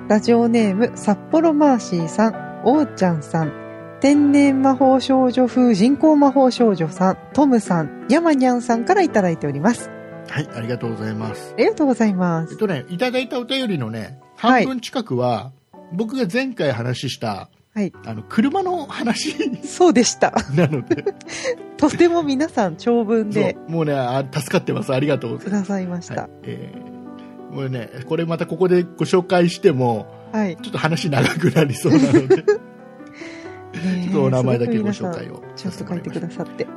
Speaker 3: ラジオネーム札幌マーシーさん、おうちゃんさん、天然魔法少女風人工魔法少女さん、トムさん、ヤマニャンさんからいただいております。
Speaker 2: はいありがとうございます
Speaker 3: ありがとうございま
Speaker 2: えっ
Speaker 3: す。
Speaker 2: とね、いただいたお便りのね、
Speaker 3: は
Speaker 2: 半
Speaker 3: い
Speaker 2: 分近くは、僕が前回話した、
Speaker 3: はい
Speaker 2: あの、車の話
Speaker 3: そうでした。
Speaker 2: なので、
Speaker 3: とても皆さん長文で
Speaker 2: そうもうねあ、助かってます。ありがとうござ
Speaker 3: く
Speaker 2: いま
Speaker 3: ださいまし
Speaker 2: す。は
Speaker 3: た
Speaker 2: い。、えーもうね、これまたここでご紹介しても、
Speaker 3: はい。
Speaker 2: ちょっと話長くなりそうな ので、ちょ
Speaker 3: ね
Speaker 2: っ
Speaker 3: え
Speaker 2: とお名前だけご
Speaker 3: すご
Speaker 2: 紹
Speaker 3: く皆さん
Speaker 2: 介を
Speaker 3: ち
Speaker 2: さ
Speaker 3: ょっ
Speaker 2: せて
Speaker 3: と
Speaker 2: も
Speaker 3: 書
Speaker 2: ら
Speaker 3: い
Speaker 2: い
Speaker 3: て
Speaker 2: ま
Speaker 3: く
Speaker 2: した
Speaker 3: だ。さって。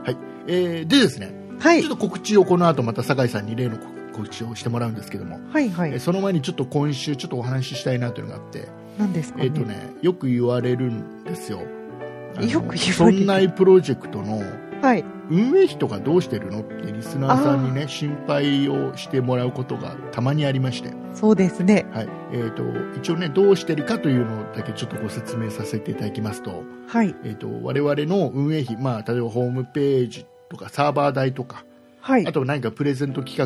Speaker 2: えーでですね、
Speaker 3: はい
Speaker 2: ちょっ。と告知をこの後また酒井さんに例の告知をしてもらうんですけども、
Speaker 3: はいは
Speaker 2: えー
Speaker 3: い。
Speaker 2: その前にちょっと今週ちょっとお話ししたいなというのがあって、
Speaker 3: 何ですか
Speaker 2: えっ、と
Speaker 3: ね。
Speaker 2: ね、よく言われるんですよ。あの
Speaker 3: よく言われる
Speaker 2: そんないプロジェクトの
Speaker 3: はい。
Speaker 2: 運営費とかどうしてるのってリスナーさんにね、心配をしてもらうことがたまにありまして、
Speaker 3: そうですね。
Speaker 2: はい。えっ、と、一応ね、どうしてるかというのだけちょっとご説明させていただきますと、
Speaker 3: はい。
Speaker 2: えっ、と、我々の運営費、まあ、例えばホームページとかサーバー代とか、
Speaker 3: はい
Speaker 2: あ。と何かプレゼント企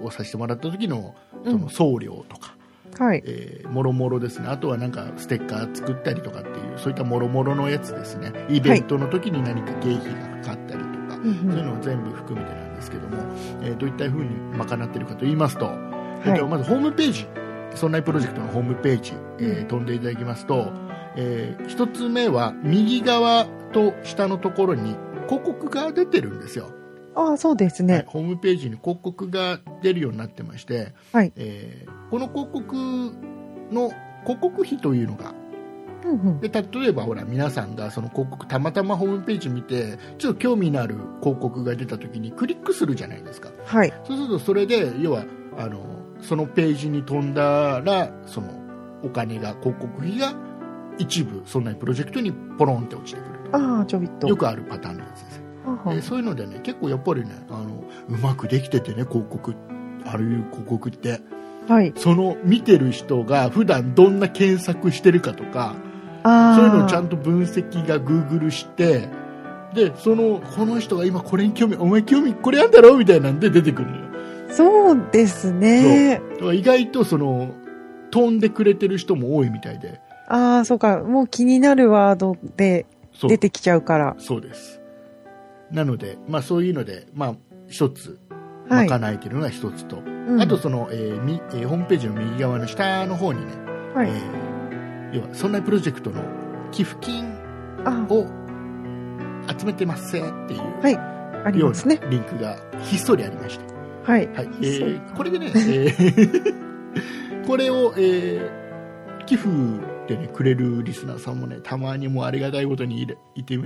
Speaker 2: 画をさせてもらった時の、
Speaker 3: う
Speaker 2: その
Speaker 3: ん。
Speaker 2: 送料とか、
Speaker 3: はい。
Speaker 2: えーもろもろですねあとはなんかステッカー作ったりとかっていうそういったもろもろのやつですねイベントの時に何か経費がかかったりとか、
Speaker 3: うんう
Speaker 2: そういうんのを全部含めてなんですけども、えーどういったふうに賄ってるかと言いますと、えー
Speaker 3: はい
Speaker 2: と。まずホームページ「そんなプロジェクト」のホームページ、えー
Speaker 3: うん
Speaker 2: 飛んでいただきますと、え1つ目は右側と下のところに広告が出てるんですよ、
Speaker 3: ああ、そうです
Speaker 2: はい
Speaker 3: ね。
Speaker 2: ホームページに広告が出るようになってまして、
Speaker 3: はい
Speaker 2: えーこの広告の広告費というのが
Speaker 3: うんうん。
Speaker 2: で例えばほら皆さんがその広告たまたまホームページ見てちょっと興味のある広告が出た時にクリックするじゃないですか
Speaker 3: はい。
Speaker 2: そうするとそれで要はあのそのページに飛んだらそのお金が広告費が一部そんなプロジェクトにポロンって落ちてくる
Speaker 3: ああ、ちょびっと。
Speaker 2: よくあるパターンのやつです
Speaker 3: はあはあ
Speaker 2: えーそういうのでね結構やっぱりねあのうまくできててね広告あるいう広告って
Speaker 3: はい。
Speaker 2: その見てる人が普段どんな検索してるかとか
Speaker 3: ああ。
Speaker 2: そういうのをちゃ
Speaker 3: と。
Speaker 2: んと分析が Google してでそのこの人が今これに興味お前興味これやんだろみたいなんで出てくるのよ
Speaker 3: そうですね。
Speaker 2: だから意外とその飛んでくれてる人も多いみたいで
Speaker 3: ああ、そうか。もう気になるワードで
Speaker 2: そう
Speaker 3: 出てきちゃうから。
Speaker 2: そうですなので、まあ、そういうので、まあ、一つ
Speaker 3: はい。
Speaker 2: 賄えてるのが一つと、
Speaker 3: うん
Speaker 2: あと、その、えーみえーホームページの右側の下の方にね、
Speaker 3: はい
Speaker 2: え。ー要は、そんなプロジェクトの寄付金
Speaker 3: あ
Speaker 2: を集めてますっていう、
Speaker 3: はあ、あり
Speaker 2: よう
Speaker 3: ますね。
Speaker 2: なリンクがひっそりありました。
Speaker 3: はい。
Speaker 2: はい。え
Speaker 3: ひっそり
Speaker 2: ーこれでね、えー これを、えー寄付でね、くれるリスナーさんもね、たまにもうありがたいことにいれいて、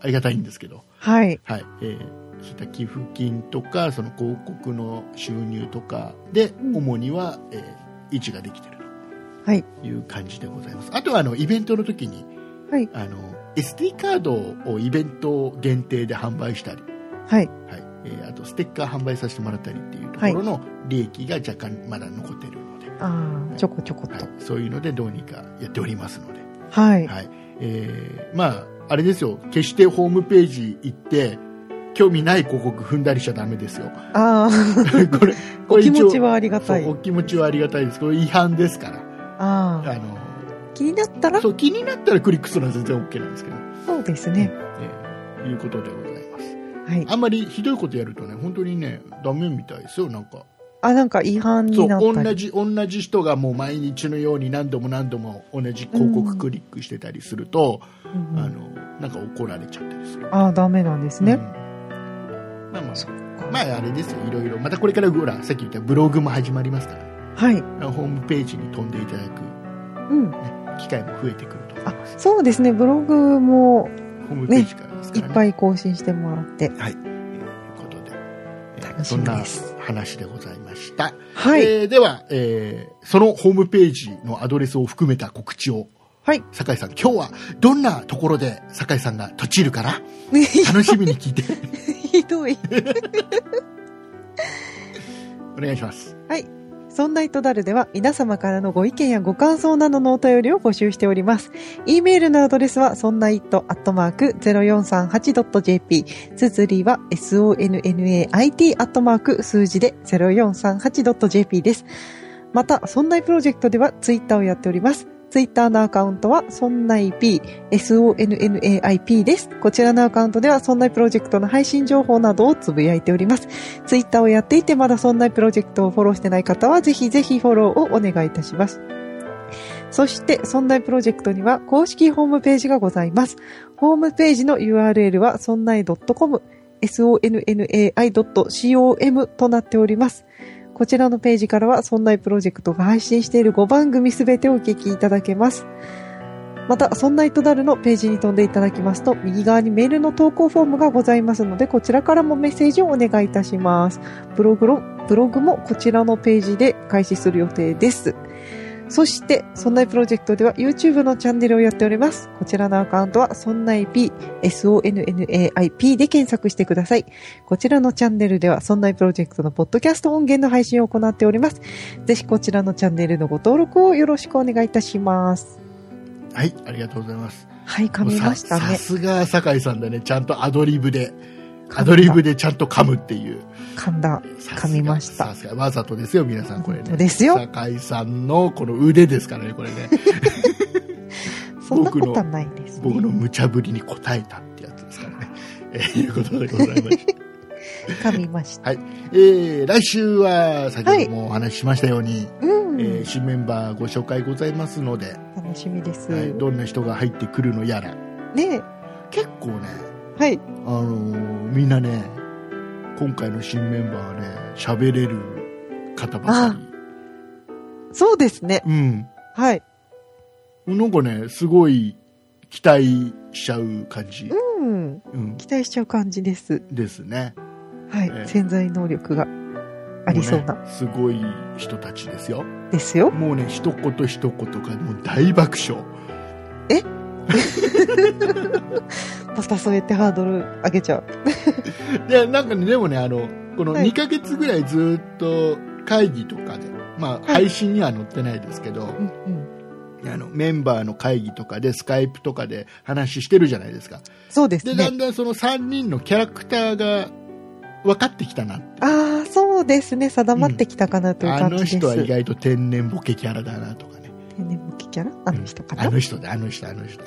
Speaker 2: ありがたいんですけど、
Speaker 3: はい。
Speaker 2: はいえー、そういった寄付金とかその広告の収入とかで、
Speaker 3: ん
Speaker 2: 主には、えー位置ができてる
Speaker 3: はい。
Speaker 2: という感じでございますあとはあのイベントの時に
Speaker 3: はい。
Speaker 2: あの SD カードをイベント限定で販売したり、
Speaker 3: はい。
Speaker 2: はいえーあとステッカー販売させてもらったりっていうところの利益が若干まだ残ってるので、
Speaker 3: ああ、ちょこちょこっ
Speaker 2: はい
Speaker 3: と。、
Speaker 2: そういうのでどうにかやっておりますので
Speaker 3: はい。
Speaker 2: はいえーまああれですよ決してホームページ行って興味ない広告踏んだりしちゃダメですよ
Speaker 3: ああ、
Speaker 2: これこ
Speaker 3: お
Speaker 2: れ
Speaker 3: 気
Speaker 2: 一応
Speaker 3: 持ちはありがたい
Speaker 2: そう。お気持ちはありがたいですこれ違反ですから
Speaker 3: あ
Speaker 2: あ
Speaker 3: あ、
Speaker 2: の
Speaker 3: 気になったら、
Speaker 2: そう気になったらクリックするのは全然 OK なんですけど、
Speaker 3: そうですね。
Speaker 2: えーいうことでございます
Speaker 3: はい。
Speaker 2: あんまりひどいことやるとね本当にねダメみたいですよなんか
Speaker 3: あ、なんか違反
Speaker 2: そ
Speaker 3: に
Speaker 2: う
Speaker 3: なった
Speaker 2: 同
Speaker 3: り。
Speaker 2: じ同じ人がもう毎日のように何度も何度も同じ広告クリックしてたりすると、
Speaker 3: うんう
Speaker 2: あ
Speaker 3: ん
Speaker 2: のなんか怒られちゃったりする
Speaker 3: ああ、ダメなんです
Speaker 2: うん
Speaker 3: ね。
Speaker 2: まあま
Speaker 3: そっ
Speaker 2: あ、
Speaker 3: か
Speaker 2: まあ、あれですよ、いろいろ。またこれから、ほら、さっき言ったブログも始まりますから、
Speaker 3: はい。
Speaker 2: ホームページに飛んでいただく
Speaker 3: うん。
Speaker 2: 機会も増えてくると思い
Speaker 3: あ
Speaker 2: ま、す。
Speaker 3: そうですね。ブログも
Speaker 2: ホームページからです
Speaker 3: い
Speaker 2: から
Speaker 3: っ
Speaker 2: ね。
Speaker 3: ぱい更新してもらって。
Speaker 2: はい。ということで、えー
Speaker 3: 楽
Speaker 2: そ
Speaker 3: し
Speaker 2: ん
Speaker 3: み
Speaker 2: な
Speaker 3: です
Speaker 2: 話でございました。
Speaker 3: はい。
Speaker 2: えーでは、えーそのホームページのアドレスを含めた告知を
Speaker 3: はい。
Speaker 2: 酒井さん、今日はどんなところで酒井さんがとちるか な楽しみに聞いて
Speaker 3: ひどい。
Speaker 2: お願いします。
Speaker 3: そんな糸だるでは皆様からのご意見やご感想などのお便りを募集しております。e メールのアドレスはそんな糸アットマーク 0438.jp。綴りは sonnait アットマーク数字で 0438.jp です。また、そんないプロジェクトではツイッターをやっております。ツイッターのアカウントは、そんない P、SONNAIP です。こちらのアカウントでは、そんないプロジェクトの配信情報などをつぶやいております。ツイッターをやっていてまだそんなプロジェクトをフォローしてない方はぜひぜひフォローをお願いいたします。そして、そんなプロジェクトには公式ホームページがございます。ホームページの URL はそんない .com、sonnai.com となっております。こちらのページからは、そんなプロジェクトが配信している5番組すべてをお聞きいただけます。また、そんな糸だるのページに飛んでいただきますと、右側にメールの投稿フォームがございますので、こちらからもメッセージをお願いいたします。ブログのブログもこちらのページで開始する予定です。そして、そんないプロジェクトでは YouTube のチャンネルをやっております。こちらのアカウントは、そんない P、SONNAIP で検索してください。こちらのチャンネルでは、そんないプロジェクトのポッドキャスト音源の配信を行っております。ぜひこちらのチャンネルのご登録をよろしくお願いいたします。
Speaker 2: はい、ありがとうございます。
Speaker 3: はい、噛みました
Speaker 2: もうさ
Speaker 3: ね
Speaker 2: さ。すが酒井さんだね。ちゃんとアドリブで、アドリブでちゃんと噛むっていう。
Speaker 3: 噛んだ。噛みました
Speaker 2: さすがわざとですよ、皆さん、これ
Speaker 3: 本当
Speaker 2: ね。
Speaker 3: ですよ。
Speaker 2: 酒井さんのこの腕ですからね、これね。
Speaker 3: そんなことはないです、ね。
Speaker 2: 僕の無茶ぶりに応えたってやつです からね。えーいうことでございました。
Speaker 3: 噛みました。
Speaker 2: えー来週は、先ほどもお話ししましたように、
Speaker 3: うん。
Speaker 2: えー新メンバーご紹介ございますので、
Speaker 3: 楽しみです。
Speaker 2: はい、どんな人が入ってくるのやら。
Speaker 3: ね
Speaker 2: 結構ね、
Speaker 3: はい。
Speaker 2: あのーみんなね、今回の新メンバーはね、喋れる方ばか
Speaker 3: そうですね。
Speaker 2: り。うん。
Speaker 3: はい。
Speaker 2: なんかね、すごい期待しちゃう感じ、
Speaker 3: うん。
Speaker 2: うん、
Speaker 3: 期待しちゃう感じです。
Speaker 2: ですね。
Speaker 3: はい。
Speaker 2: ええ
Speaker 3: 潜在能力がありそう
Speaker 2: も
Speaker 3: な
Speaker 2: ね。すごい人たちですよ。
Speaker 3: ですよ。
Speaker 2: もうね、一言一言がもう大爆笑。
Speaker 3: またそうやってハードル上げちゃう。
Speaker 2: いや、なんかね、でもね、あの、この
Speaker 3: はい
Speaker 2: 2ヶ月ぐらいずっと会議とかで、まあ、
Speaker 3: い
Speaker 2: 配信には載ってないですけど、
Speaker 3: うんうん。
Speaker 2: あの、メンバーの会議とかで、スカイプとかで話してるじゃないですか。
Speaker 3: そうです
Speaker 2: で、
Speaker 3: ね。
Speaker 2: だんだんその3人のキャラクターが分かってきたなって。
Speaker 3: ああ、そうですね。定まってきたかなという
Speaker 2: あ
Speaker 3: 感じ
Speaker 2: の
Speaker 3: です。
Speaker 2: 人は意外と天然ボケキャラだなとかね。
Speaker 3: 天然向きキャラあの人か
Speaker 2: あ
Speaker 3: な
Speaker 2: の人だ、あの人、あの 人。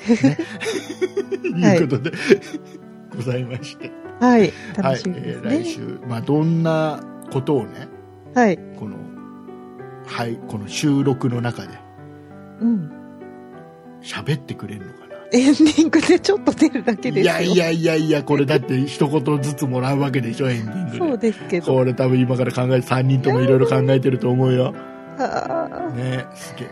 Speaker 2: ね、
Speaker 3: はい
Speaker 2: いうことで、ございまして。
Speaker 3: はい。
Speaker 2: は
Speaker 3: 楽
Speaker 2: い、
Speaker 3: しみで
Speaker 2: え
Speaker 3: す
Speaker 2: ー来
Speaker 3: ね。
Speaker 2: 週、まあ、どんなことをね、
Speaker 3: はい。
Speaker 2: この、はい、この収録の中で
Speaker 3: うん。
Speaker 2: 喋ってくれるのかな。
Speaker 3: エンディングでちょっと出るだけです
Speaker 2: い
Speaker 3: よ。
Speaker 2: やいやいやいや、これだって一言ずつもらうわけでしょ、エンディングで。
Speaker 3: そうですけど。
Speaker 2: これ多分今から考えて、3人ともいろいろ考えてると思うよ。
Speaker 3: あ
Speaker 2: ね、すげえ。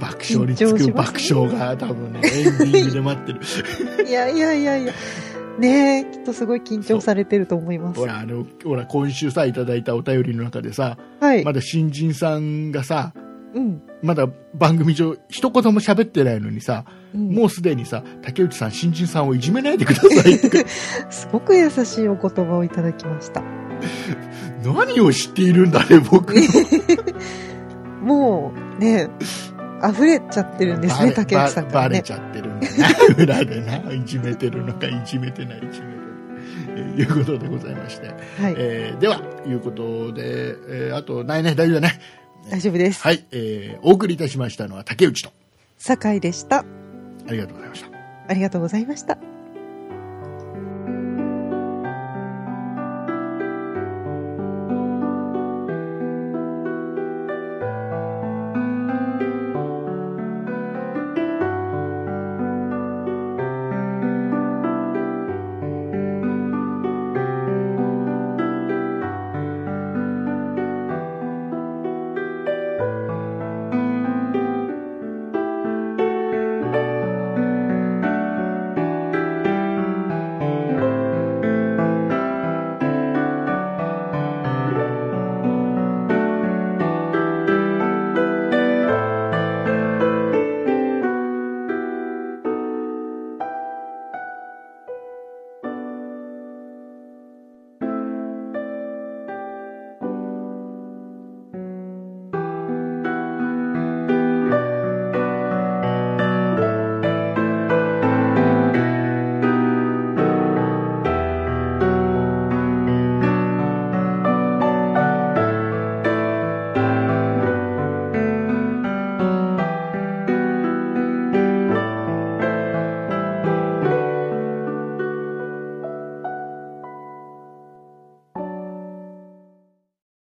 Speaker 2: 爆笑につく
Speaker 3: 緊張しま
Speaker 2: 爆
Speaker 3: すね
Speaker 2: 笑が多分ね、エンディングで待ってる。
Speaker 3: ーいやいやいやいや。ねえ、きっとすごい緊張されてると思います
Speaker 2: ほ。ら、あの、ほら、今週さ、いただいたお便りの中でさ、
Speaker 3: はい
Speaker 2: ま。だ新人さんがさ、
Speaker 3: うん。
Speaker 2: まだ番組上、一言も喋ってないのにさ、
Speaker 3: うん
Speaker 2: もうすでにさ、竹内さん、新人さんをいじめないでくださいって、
Speaker 3: すごく優しいお言葉をいただきました。
Speaker 2: 何を知っているんだね、 僕。
Speaker 3: もう、ねえ、溢れちゃってるんですね、
Speaker 2: バレ
Speaker 3: 竹内さんか
Speaker 2: バ
Speaker 3: ら
Speaker 2: レ
Speaker 3: ね
Speaker 2: ち。ゃってるんだな、裏でな、いじめてるのか、いじめてない、いじめてる。えーいうことでございまして。
Speaker 3: はい。
Speaker 2: えーでは、いうことで、えーあと、ないね、大丈夫だね。
Speaker 3: 大丈夫です。
Speaker 2: はい、えーお送りいたしましたのは竹内と、
Speaker 3: 酒井でした。
Speaker 2: ありがとうございました。
Speaker 3: ありがとうございました。